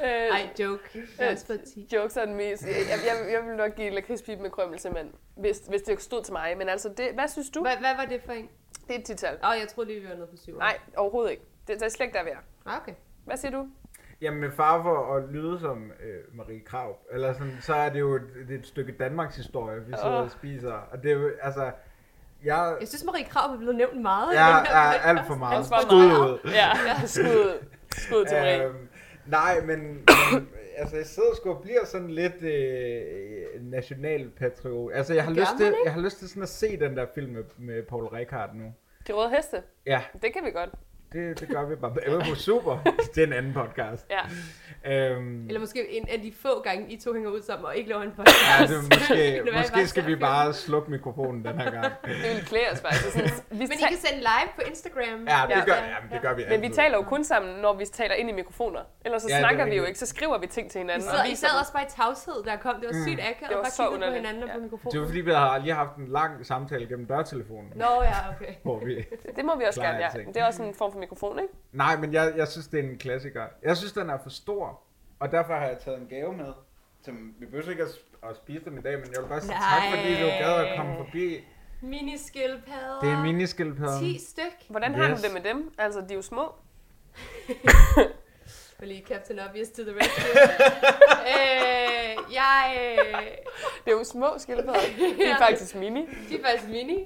Øh,
Ej, joke. Jeg har også fået 10.
Jokes on me. Jeg, jeg, jeg, jeg vil nok give lakridspipen med krømmel, simpelthen. Hvis, hvis det stod til mig. Men altså, det, hvad synes du?
Hvad, hvad var det for en?
Det er et tital.
Åh, oh, jeg troede lige, vi var nede på 7.
Nej, overhovedet ikke. Det, det er slet ikke der, vi er.
Okay.
Hvad siger du?
Jamen med far for at lyde som øh, Marie Krav, eller sådan, så er det jo et, det er et stykke Danmarks historie, vi sidder
Åh.
og spiser. Og det er jo, altså, jeg,
Jeg synes, Marie Krav er blevet nævnt meget. i
jeg
den her
er
podcast.
alt for meget.
Alt for
Skud ud.
Ja, skud ud. Skud til Marie.
Øhm, nej, men, men [coughs] altså, jeg sidder sgu og bliver sådan lidt øh, nationalpatriot. Altså, jeg har,
Gør
lyst
man
til,
ikke?
jeg har lyst til sådan at se den der film med, med Paul Rekard nu.
De røde heste,
Ja,
det kan vi godt.
det, det gør vi bare. Det var super. Det er en anden podcast.
Ja.
Øhm,
Eller måske en af de få gange, I to hænger ud sammen og ikke laver en podcast.
ja, det,
Det
måske,
kan være, I
måske
bare
skal
ser
vi
film.
bare slukke mikrofonen den her gang.
Det ville klæde os faktisk. Altså Sådan, vi
Men I
ta-
kan sende live på Instagram.
Ja, det gør,
Ja.
jamen, det gør vi
men vi
altid.
taler jo kun sammen, når vi taler ind i mikrofoner. Ellers så
Ja, det
ja,
er
snakker vi jo
rigtigt.
ikke, så skriver vi ting til
I
hinanden.
sad,
og
I
viser
sad
dem.
også bare i tavshed, der kom. Det
Mm.
var sygt akavet.
Det
og
var
bare
så
kiggede på
underligt.
hinanden og på
Ja.
mikrofonen.
Det var fordi, vi har lige haft en lang samtale gennem dørtelefonen.
Nå ja, okay.
Hvor vi...
Det må vi også
Klare
gerne, ja.
ting.
Det er også en form for mikrofon, ikke?
Nej, men jeg, jeg synes, det er en klassiker. Jeg synes, den er for stor, og derfor har jeg taget en gave med, som vi behøver ikke at sp- at spise dem i dag, men jeg vil bare sige tak,
Nej.
fordi du gad at komme forbi.
Miniskildpadder.
Det er miniskildpadden.
10 styk.
Hvordan har
Yes.
du det med dem? Altså, de er jo små.
[laughs]
Og lige Captain Obvious to the rescue. øh, Jeg, øh,
Det er jo små skildpadder. [laughs]
[laughs]
De er
Ja.
faktisk mini.
de er faktisk mini.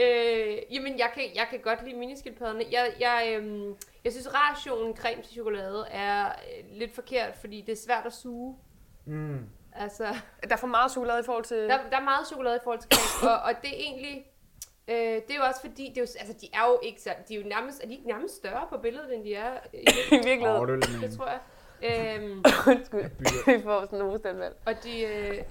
Øh, jamen, jeg kan, jeg kan godt lide miniskildpadderne. Jeg, jeg, øhm, jeg synes, rationen creme til chokolade er øh, lidt forkert, fordi det er svært at suge.
Mm.
Altså,
Der er for meget chokolade i forhold til...
der, der er meget chokolade i forhold til creme, og, og det er egentlig... Øh, det er jo også fordi, det er jo, altså, de er jo ikke så, de er jo nærmest, er de ikke nærmest større på billedet, end de er i
I
Åh,
virkeligheden.
det er lidt
det
nemt.
tror jeg. Øhm,
Undskyld. [laughs]
byer.
Vi får sådan en hovedstandvalg.
og de... Øh,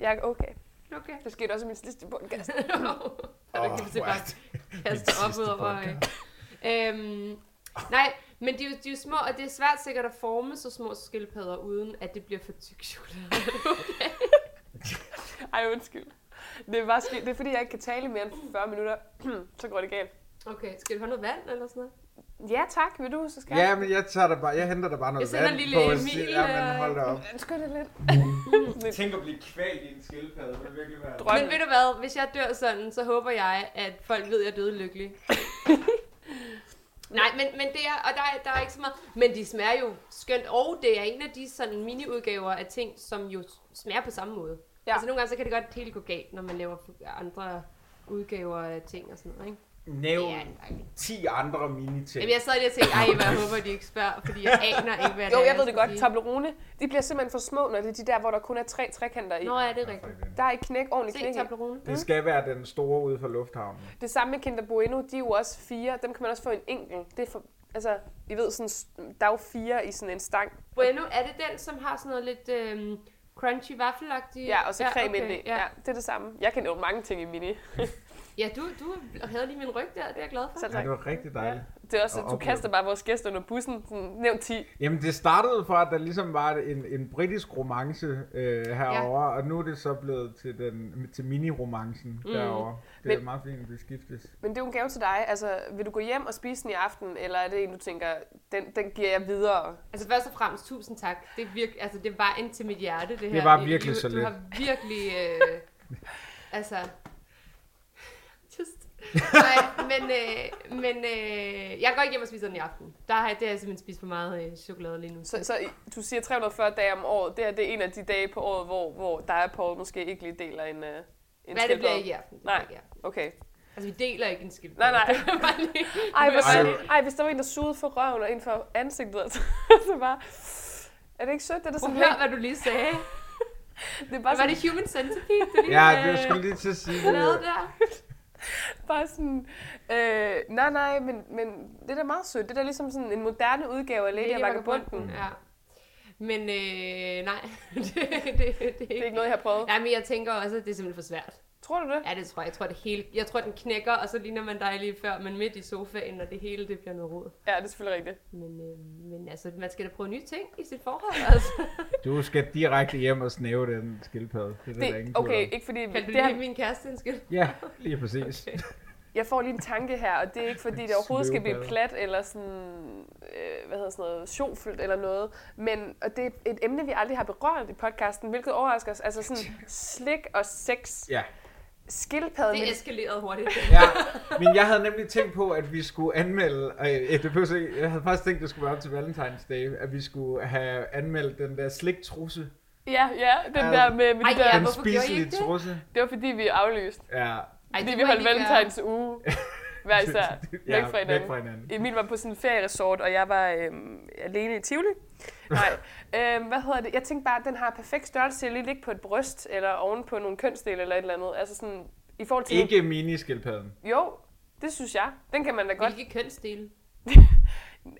Jeg er okay.
okay.
Det skete også i min sidste podcast.
[laughs] er
Åh,
du kan
hvor
bare kaste
Min
op ud
sidste
over... Øhm, nej, men de, er jo- de er jo små, og det er svært sikkert at forme så små skildpadder, uden at det bliver for tyk chokolade. [laughs]
Ej, undskyld. Det er, bare sket. det er fordi, jeg ikke kan tale i mere end 40 minutter. [clears throat] så går det galt.
Okay, skal du have noget vand eller sådan noget?
Ja tak, vil du? Så skal
Ja, men jeg, tager der bare, jeg henter der bare noget
sender
vand
lille
på.
Emil,
Emil, ja, men hold da op.
jeg. Undskyld det lidt.
Tænk at blive kvalt i en skildpadde. Det vil virkelig være...
Drømmen.
Men ved du hvad, hvis jeg dør sådan, så håber jeg, at folk ved, at jeg er døde lykkelig. Nej, men, men det er, og der, er- der er ikke så meget, men de smager jo skønt, og det er en af de sådan mini-udgaver af ting, som jo smager på samme måde. Ja.
Ja.
Altså nogle gange, så kan det godt helt gå galt, når man laver andre udgaver af ting og sådan noget, ikke?
Nævn
Det er en fejl.
10 andre mini-ting.
Jamen, jeg sad lige og tænkte, ej, hvad jeg håber, de ikke spørger, fordi [laughs] jeg aner ikke, hvad det
Jo,
er,
jeg ved det
skal
godt.
sige.
Toblerone, de bliver simpelthen for små, når det er de der, hvor der kun er tre trekanter i.
Nå, ja, det er rigtigt.
Der er ikke knæk, ordentligt knæk
Se,
i.
Toblerone.
Det skal være den store ude for lufthavnen.
Det samme med Kinder Bueno, de er jo også fire. Dem kan man også få en enkelt. Det er for, altså, I ved, sådan, s- der er jo fire i sådan en stang.
Bueno, er det den, som har sådan noget lidt øhm, crunchy vaffelagtigt?
Ja, og så creme ind i.
ja.
Ja, det er det samme. Jeg kan jo mange ting i mini.
ja du, du havde lige min ryg der, det er jeg glad for.
Så
Ja,
tak.
det var rigtig dejligt.
Det er også,
Og
du
opleve.
kaster bare vores gæster under bussen. Sådan, nævn 10.
Jamen, det startede fra, at der ligesom var en, en britisk romance øh, herovre, ja. og nu er det så blevet til, den, til mini-romancen mm. derovre. Det er
Men-
meget fint, at det skiftes.
Men det er jo en gave til dig. Altså, vil du gå hjem og spise den i aften, eller er det en, du tænker, den, den giver jeg videre?
Altså først og fremmest, tusind tak. Det, er virk, altså, det var ind til mit hjerte, det her.
var
I-
virkelig
du,
så
du
let.
har virkelig...
[laughs]
Øh, altså... Just. [laughs] Nej, men, øh, men øh, jeg går ikke hjem og spiser den i aften. Der har jeg, det har jeg simpelthen spist for meget øh, chokolade lige nu.
Så, så i- du siger 340 dage om året. Det her det er en af de dage på året, hvor, hvor dig og Paul måske ikke lige deler en, øh, en
Hvad det bliver
skildpadde.
ikke i aften? Det
Nej.
bliver ikke i aften.
Okay.
Altså, vi deler ikke en skilt.
Nej, nej.
[laughs] Bare lige-
Ej, hvor
Ej,
sødt. Ej, hvis der var en, der sugede for røven og ind for ansigtet, [laughs] altså, så bare... Er det ikke sødt, det der
Prøv
sådan
at høre, hvad du lige sagde.
Det er bare
Var
sådan,
det Human Centipede, du lige
Ja, det
øh,
jeg skulle lige til at sige. Det,
lavede der?
bare sådan øh, nej, nej, men, men det er da meget sødt. Det er da ligesom sådan en moderne udgave af Lady og Vagabunden.
Ja. Men øh, nej, [laughs] det, det, det,
Det er ikke noget, jeg har prøvet.
Nej, men jeg tænker også, at det er simpelthen for svært.
Tror du det?
Ja, det tror jeg. Jeg tror, det hele, jeg tror den knækker, og så ligner man dig lige før, men midt i sofaen, og det hele det bliver noget rod.
Ja, det er selvfølgelig rigtigt.
Men, øh, men altså, man skal da prøve nye ting i sit forhold,
[laughs]
altså.
du skal direkte hjem og snæve den skildpadde. Det, er der ingen
Det,
tvivl
okay,
om.
ikke fordi...
Kan du
Det
lide
her,
min kæreste, en skil?
Ja, lige præcis.
Okay.
jeg får lige en tanke her, og det er ikke fordi, det overhovedet skal blive
Sløvbad.
plat eller sådan... Øh, hvad hedder sådan noget? Sjofelt eller noget. Men og det er et emne, vi aldrig har berørt i podcasten, hvilket overrasker os. Altså sådan slik og sex.
Ja.
Skildpadde.
Det
men-
eskalerede
[laughs]
hurtigt.
ja. Men jeg havde nemlig tænkt på, at vi skulle anmelde... Øh, øh, det behøver ikke, jeg havde faktisk tænkt, at det skulle være op til Valentine's Day, at vi skulle have anmeldt den der sliktrusse.
Ja, ja, den
Ej.
der med, med
Ej,
de der...
ja.
den
hvorfor gjorde I ikke
spiselige
det?
trusse.
Det var fordi, vi er aflyst.
Ja.
Ej,
Fordi
det
vi
må
holdt
I lige gøre.
valentines uge hver især.
[laughs] ja,
Væk fra hinanden.
Væk fra hinanden.
Emil var på sådan en ferieresort, og jeg var øhm, alene i Tivoli.
[laughs]
Nej, øhm, hvad hedder det? Jeg tænkte bare, at den har perfekt størrelse til at lige ligge på et bryst, eller oven på nogle kønsdele, eller et eller andet. Altså sådan, i forhold til...
Ikke miniskildpadden.
Jo, det synes jeg. Den kan man da godt.
Hvilke kønsdele?
[laughs]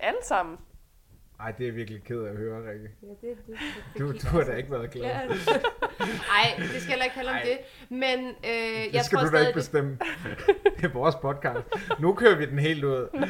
Alle sammen.
Ej, det er jeg virkelig ked af at høre, Rikke.
Ja, det, det, det,
[laughs]
det
Du, du har da ikke været glad.
Ja. Ej, det skal heller ikke handle om
Ej.
det. Men øh,
Det
jeg
skal
tror
du da
stadig,
ikke
det, [laughs]
bestemme. Det er vores podcast. Nu kører vi den helt ud.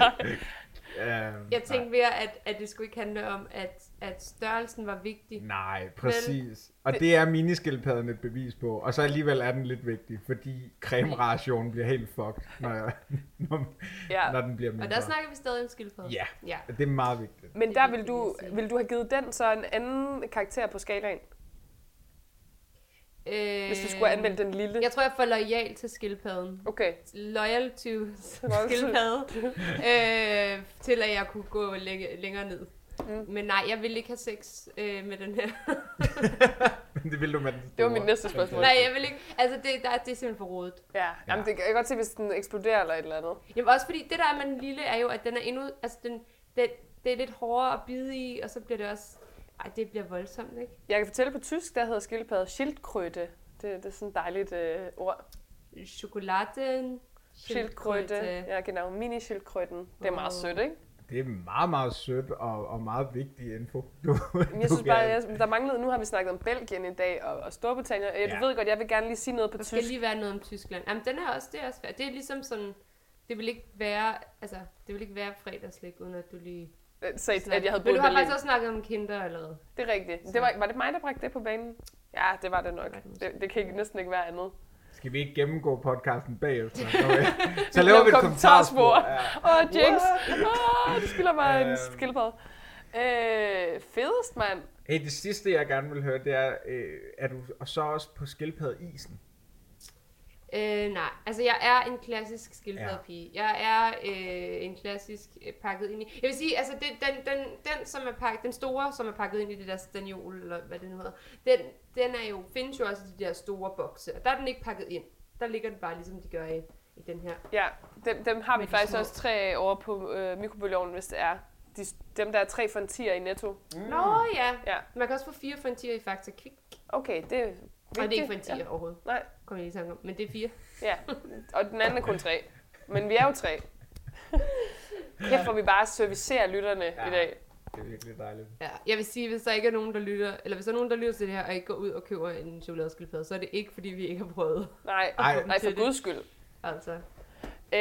Øhm,
jeg tænkte mere, at, at det skulle ikke handle om, at, at størrelsen var vigtig.
Nej, præcis. Og det er miniskildpadden et bevis på. Og så alligevel er den lidt vigtig, fordi cremerationen bliver helt fucked, når, jeg, [laughs] når,
Ja.
når den bliver
Og
mindre.
der snakker vi stadig om skildpadder.
Ja,
ja.
det er meget vigtigt. [laughs]
Men
Det er
der vil
vigtigt
du,
at sige.
vil du have givet den så en anden karakter på skalaen,
Øh,
hvis du skulle have anmeldt den lille.
Jeg tror, jeg er for lojal til skildpadden.
Okay.
Loyal to
[laughs]
skildpadde. øh, til at jeg kunne gå læ- længere ned.
Mm.
Men nej, jeg vil ikke have sex øh, med den her.
det ville du med den store.
Det var mit næste
[laughs]
spørgsmål.
Nej, jeg vil ikke. Altså, det, der, det er simpelthen for rodet.
Ja, jamen, det, jeg kan godt se, hvis den eksploderer eller et eller andet.
Jamen også fordi, det der er med den lille, er jo, at den er endnu... Altså, den, den, det er lidt hårdere at bide i, og så bliver det også... Ej, det bliver voldsomt, ikke?
Jeg kan fortælle på tysk, der hedder skildpadde schildkröte. Det, det er sådan et dejligt øh, ord.
Chokoladen...
Schildkröte. Ja, genau. Mini-schildkröten. Det er meget
Åh.
sødt, ikke?
Det er meget, meget sødt og, og meget vigtig info. Du,
Men Jeg synes bare, jeg, der manglede, nu har vi snakket om Belgien i dag og, og Storbritannien. Jeg
Ja.
ja. ved godt, jeg vil gerne lige sige noget på
Der skal
tysk.
lige være noget om Tyskland. Jamen, den er også, det er også svært. Det er ligesom sådan, det vil ikke være, altså, det vil ikke være fredagslæg, uden at du lige...
Øh, Sagde,
snakker.
at jeg havde
Men
boet
du
i
har
Berlin.
faktisk også snakket om kinder allerede.
Det er rigtigt. Det var, var det mig, der bragte det på banen? Ja, det var det nok.
Det var det måske.
Det, det kan ikke, næsten ikke være andet.
Skal vi ikke gennemgå podcasten
[laughs]
bagefter? Okay. Så laver vi et kommentarspor.
kommentarspor.
Ja.
Åh, oh, Jinx! Åh, oh, du skylder mig en
Øhm.
skildpadde. Øh, fedest, mand.
Hey, det sidste, jeg gerne vil høre, det er, øh, er du så også på skildpaddeisen?
Øh, nej, altså jeg er en klassisk skildpadderpige. Jeg er øh, en klassisk øh, pakket ind i... Jeg vil sige, altså det, den, den, den, som er pakket, den store, som er pakket ind i det der staniol, eller hvad det nu hedder, den, den er jo, findes jo også i de der store bokse, og der er den ikke pakket ind. Der ligger den bare ligesom de gør i, i den her.
Ja, dem, dem har vi
Men de
faktisk
små.
også tre af over på øh, mikrobølgeovnen, hvis det er. De, dem, der er tre for en tier i netto.
Mm. Nå ja.
Ja.
Man kan også få fire for en tier i Fakta Kvik.
Okay, det er vigtigt.
Og det er ikke for en tier
Ja.
ja. overhovedet.
Nej,
Kom jeg lige i tanke om. Men det er fire.
ja. Og den anden er kun tre. Men vi er jo
[laughs]
tre. Kæft, hvor vi bare servicerer lytterne
Ja.
ja. i dag.
Det er virkelig dejligt.
Ja. Jeg vil sige, hvis der ikke er nogen, der lytter, eller hvis der er nogen, der lytter til det her, og ikke går ud og køber en chokoladeskildpadde, så er det ikke, fordi vi ikke har prøvet.
Nej,
Ej.
nej for guds skyld.
Altså.
Øh,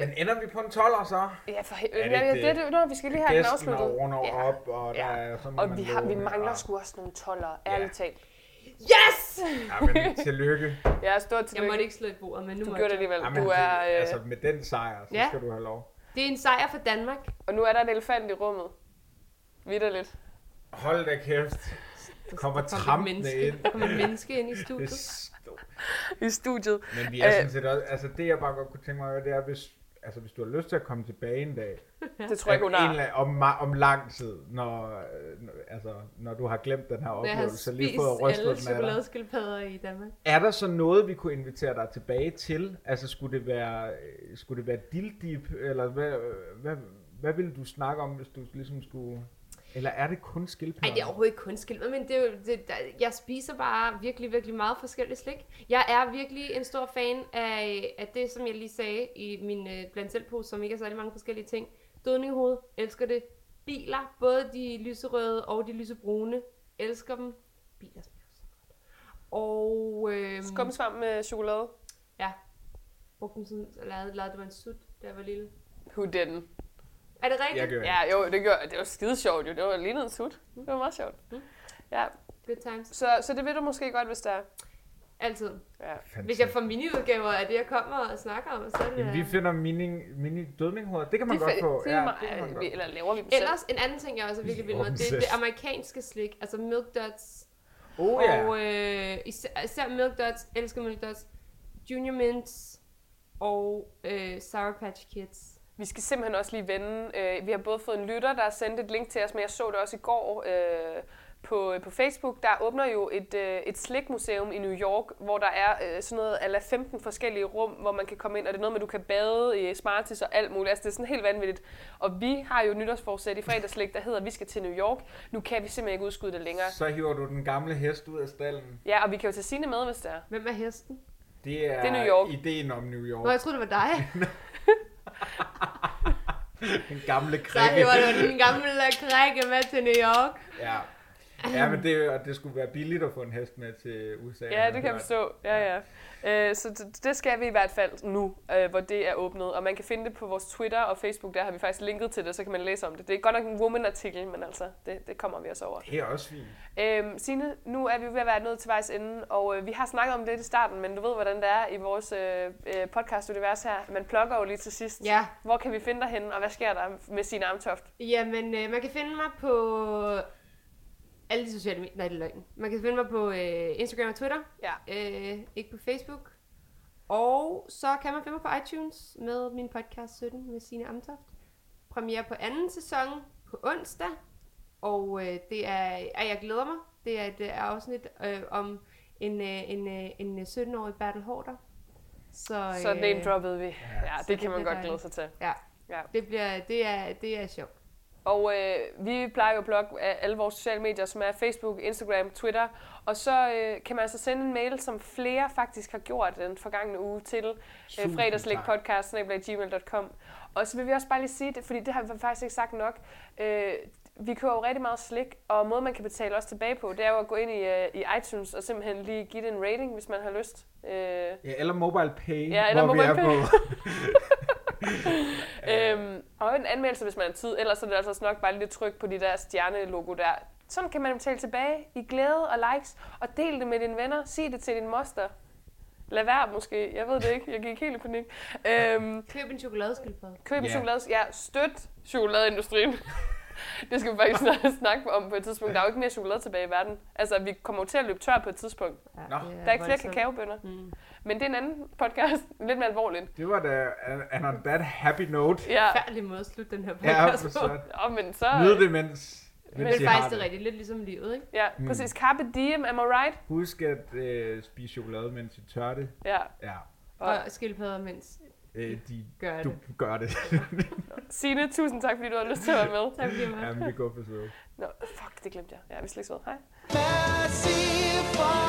Men ender vi på en 12'er så?
ja, for
er
helvede.
det
Ja,
ikke
det, det, nå, vi skal lige have den
Gæsten
afsluttet.
og runder
Ja.
op, og der er sådan,
Og vi, har, vi mangler
sgu.
sgu også nogle toller, ærligt talt.
Yes!
Ja, men
[laughs]
tillykke.
Jeg er stort
Jeg
tillykke.
måtte ikke slå i bordet, men nu
Du
måtte
gjorde det
jeg.
alligevel.
Jamen,
Du
det-
er, øh,
Altså, med den sejr, så
Ja.
skal du have lov.
Det er en sejr for Danmark.
og nu er der en elefant i rummet. Vitterligt.
Hold da kæft. Kommer
Der kom et
trampende
[laughs]
menneske-
ind.
Der kom et menneske ind i
Det
studiet.
er stort.
I studiet.
Men vi er
Øh.
sådan set også, altså det jeg bare godt kunne tænke mig at høre, det er, hvis, altså, hvis du har lyst til at komme tilbage en dag,
Øh, Det tror jeg ikke, hun
en
har.
eller anden- om, ma- om lang tid, når, øh, når- altså, når du har glemt den her
Når jeg har
oplevelse, lige fået
spist alle
rystet den af dig.
chokoladeskildpadder i Danmark.
Er der så noget, vi kunne invitere dig tilbage til? Altså skulle det være, øh, skulle det være dildip, eller hvad, øh, hvad, hvad ville du snakke om, hvis du ligesom skulle... Eller er det kun
Nej,
skildpadder?
det er overhovedet ikke kun skildpadder, men det er jo, det, der, jeg spiser bare virkelig, virkelig meget forskelligt slik. Jeg er virkelig en stor fan af, af det, som jeg lige sagde i min øh, blandt selv pose, som ikke er særlig mange forskellige ting. Dødninghoved, elsker det. Biler, både de lyserøde og de lysebrune, elsker dem. Biler smager så godt. Og øhm,
Skumsvamp med chokolade.
ja, brugte dem sådan, så lavede, lavede det var en sut, da jeg var lille.
Who didn't?
Er det rigtigt?
Jeg gør
Ja, jo, det, gør, det var skide sjovt jo. Det var lige en sut. Det var meget sjovt. Ja,
Good times.
så, så det ved du måske godt, hvis der er.
Altid.
Ja.
Hvis jeg får miniudgaver af det, jeg kommer og snakker om, så er det...
Jamen, vi finder mini, mini dødninghoveder. Det kan man
Det er
godt
fa-
få.
det er meget-
kan man godt.
vi- eller laver vi dem selv?
Ellers en anden ting, jeg også er virkelig vild med, det er
Obsessed.
det amerikanske slik, altså Milk Duds.
Oh, ja.
Og øh, især, især Milk Duds, elsker Milk Duds, Junior Mints og øh, Sour Patch Kids.
Vi skal simpelthen også lige vende. øh, Vi har både fået en lytter, der har sendt et link til os, men jeg så det også i går øh, på, på Facebook. Der åbner jo et, øh, et slikmuseum i New York, hvor der er øh, sådan noget ala 15 forskellige rum, hvor man kan komme ind, og det er noget med, at du kan bade i Smarties og alt muligt. Altså, det er sådan helt vanvittigt. Og vi har jo et nytårsforsæt i fredagslik, der hedder, at vi skal til New York. Nu kan vi simpelthen ikke udskyde det længere.
Så hiver du den gamle hest ud af stallen.
Ja, og vi kan jo tage sine med, hvis det er.
Hvem er hesten?
Det er,
Det er New York.
ideen om New York.
Nå, jeg troede, det var dig.
Den gamle
Så
krikke.
det var du den gamle krække med til New York.
Ja. ja, men det, og det skulle være billigt at få en hest med til USA.
Ja, det kan vi forstå. Ja, ja. Øh, så det- det skal vi i hvert fald nu, øh, hvor det er åbnet. Og man kan finde det på vores Twitter og Facebook, der har vi faktisk linket til det, så kan man læse om det. Det er godt nok en woman-artikel, men altså, det, det kommer vi også over.
Det er også fint.
Øhm, Signe, nu er vi ved at være nået til vejs ende, og øh, vi har snakket om det lidt i starten, men du ved, hvordan det er i vores øh, øh, podcast-univers her. Man plukker jo lige til sidst.
Ja.
Hvor kan vi finde dig henne, og hvad sker der med Signe Amtoft?
Jamen, øh, man kan finde mig på alle de sociale medier. Nej, det er løgn. Man kan finde mig på øh, Instagram og Twitter.
Ja.
Øh, ikke på Facebook. Og så kan man finde mig på iTunes med min podcast 17 med Signe Amtoft. Premiere på anden sæson på onsdag. Og øh, det er, at jeg glæder mig. Det er et øh, afsnit øh, om en, øh, en, øh, en øh, 17-årig Bertel Hårder. Så,
Så name droppede vi. Ja,
Så
det
øh, det
kan man
bliver
godt glæde
dejligt.
sig til.
Ja.
Ja.
Det, bliver, det, er, det er sjovt.
Og øh, vi plejer jo at blogge af alle vores sociale medier, som er Facebook, Instagram, Twitter. Og så øh, kan man altså sende en mail, som flere faktisk har gjort den forgangne uge til øh,
Tusind
fredagslægpodcast.gmail.com. Og så vil vi også bare lige sige det, fordi det har vi faktisk ikke sagt nok. Øh, vi kører jo rigtig meget slik, og måden man kan betale os tilbage på, det er jo at gå ind i, øh, i iTunes og simpelthen lige give det en rating, hvis man har lyst. Øh,
Ja, eller mobile pay,
Ja, eller
hvor vi
mobile
er
pay.
på.
Øhm, og en anmeldelse, hvis man har tid. Ellers er det altså også nok bare lidt tryk på de der stjernelogo der. Sådan kan man betale tilbage i glæde og likes. Og del det med dine venner. Sig det til din moster. Lad være måske. Jeg ved det ikke. Jeg gik helt i panik. Øhm,
Køb en chokoladeskildpadde.
køb en
Ja.
chokolade. Ja, støt chokoladeindustrien. [laughs] det skal vi faktisk snart [laughs] snakke om på et tidspunkt. Der er jo ikke mere chokolade tilbage i verden. Altså, vi kommer jo til at løbe tør på et tidspunkt.
Ja,
Nå.
det
Der er ikke flere
voldsomt.
kakaobønder.
Mm.
Men det er en anden podcast. [laughs] Lidt mere alvorligt.
[laughs] Det var da an- an on that happy note.
Ja,
Færdelig måde at slutte den her
Ja,
podcast
for
på.
sådan.
og men så...
Nyd det, mens,
Men
mens I
det er
har
faktisk det er
det.
rigtigt. Lidt ligesom livet, ikke?
Ja,
Mm.
præcis. Carpe diem, am I right?
Husk at øh, spise chokolade, mens I tør det.
Ja.
Ja,
Og
Og skildpadder, mens
øh, de,
gør
du
det.
gør det. [laughs]
Signe, tusind tak, fordi du har lyst til at være med.
Tak fordi jeg måtte.
Jamen, vi går for så.
Nå, fuck, det glemte jeg. Ja, vi slet ikke så. Hej.
Passiv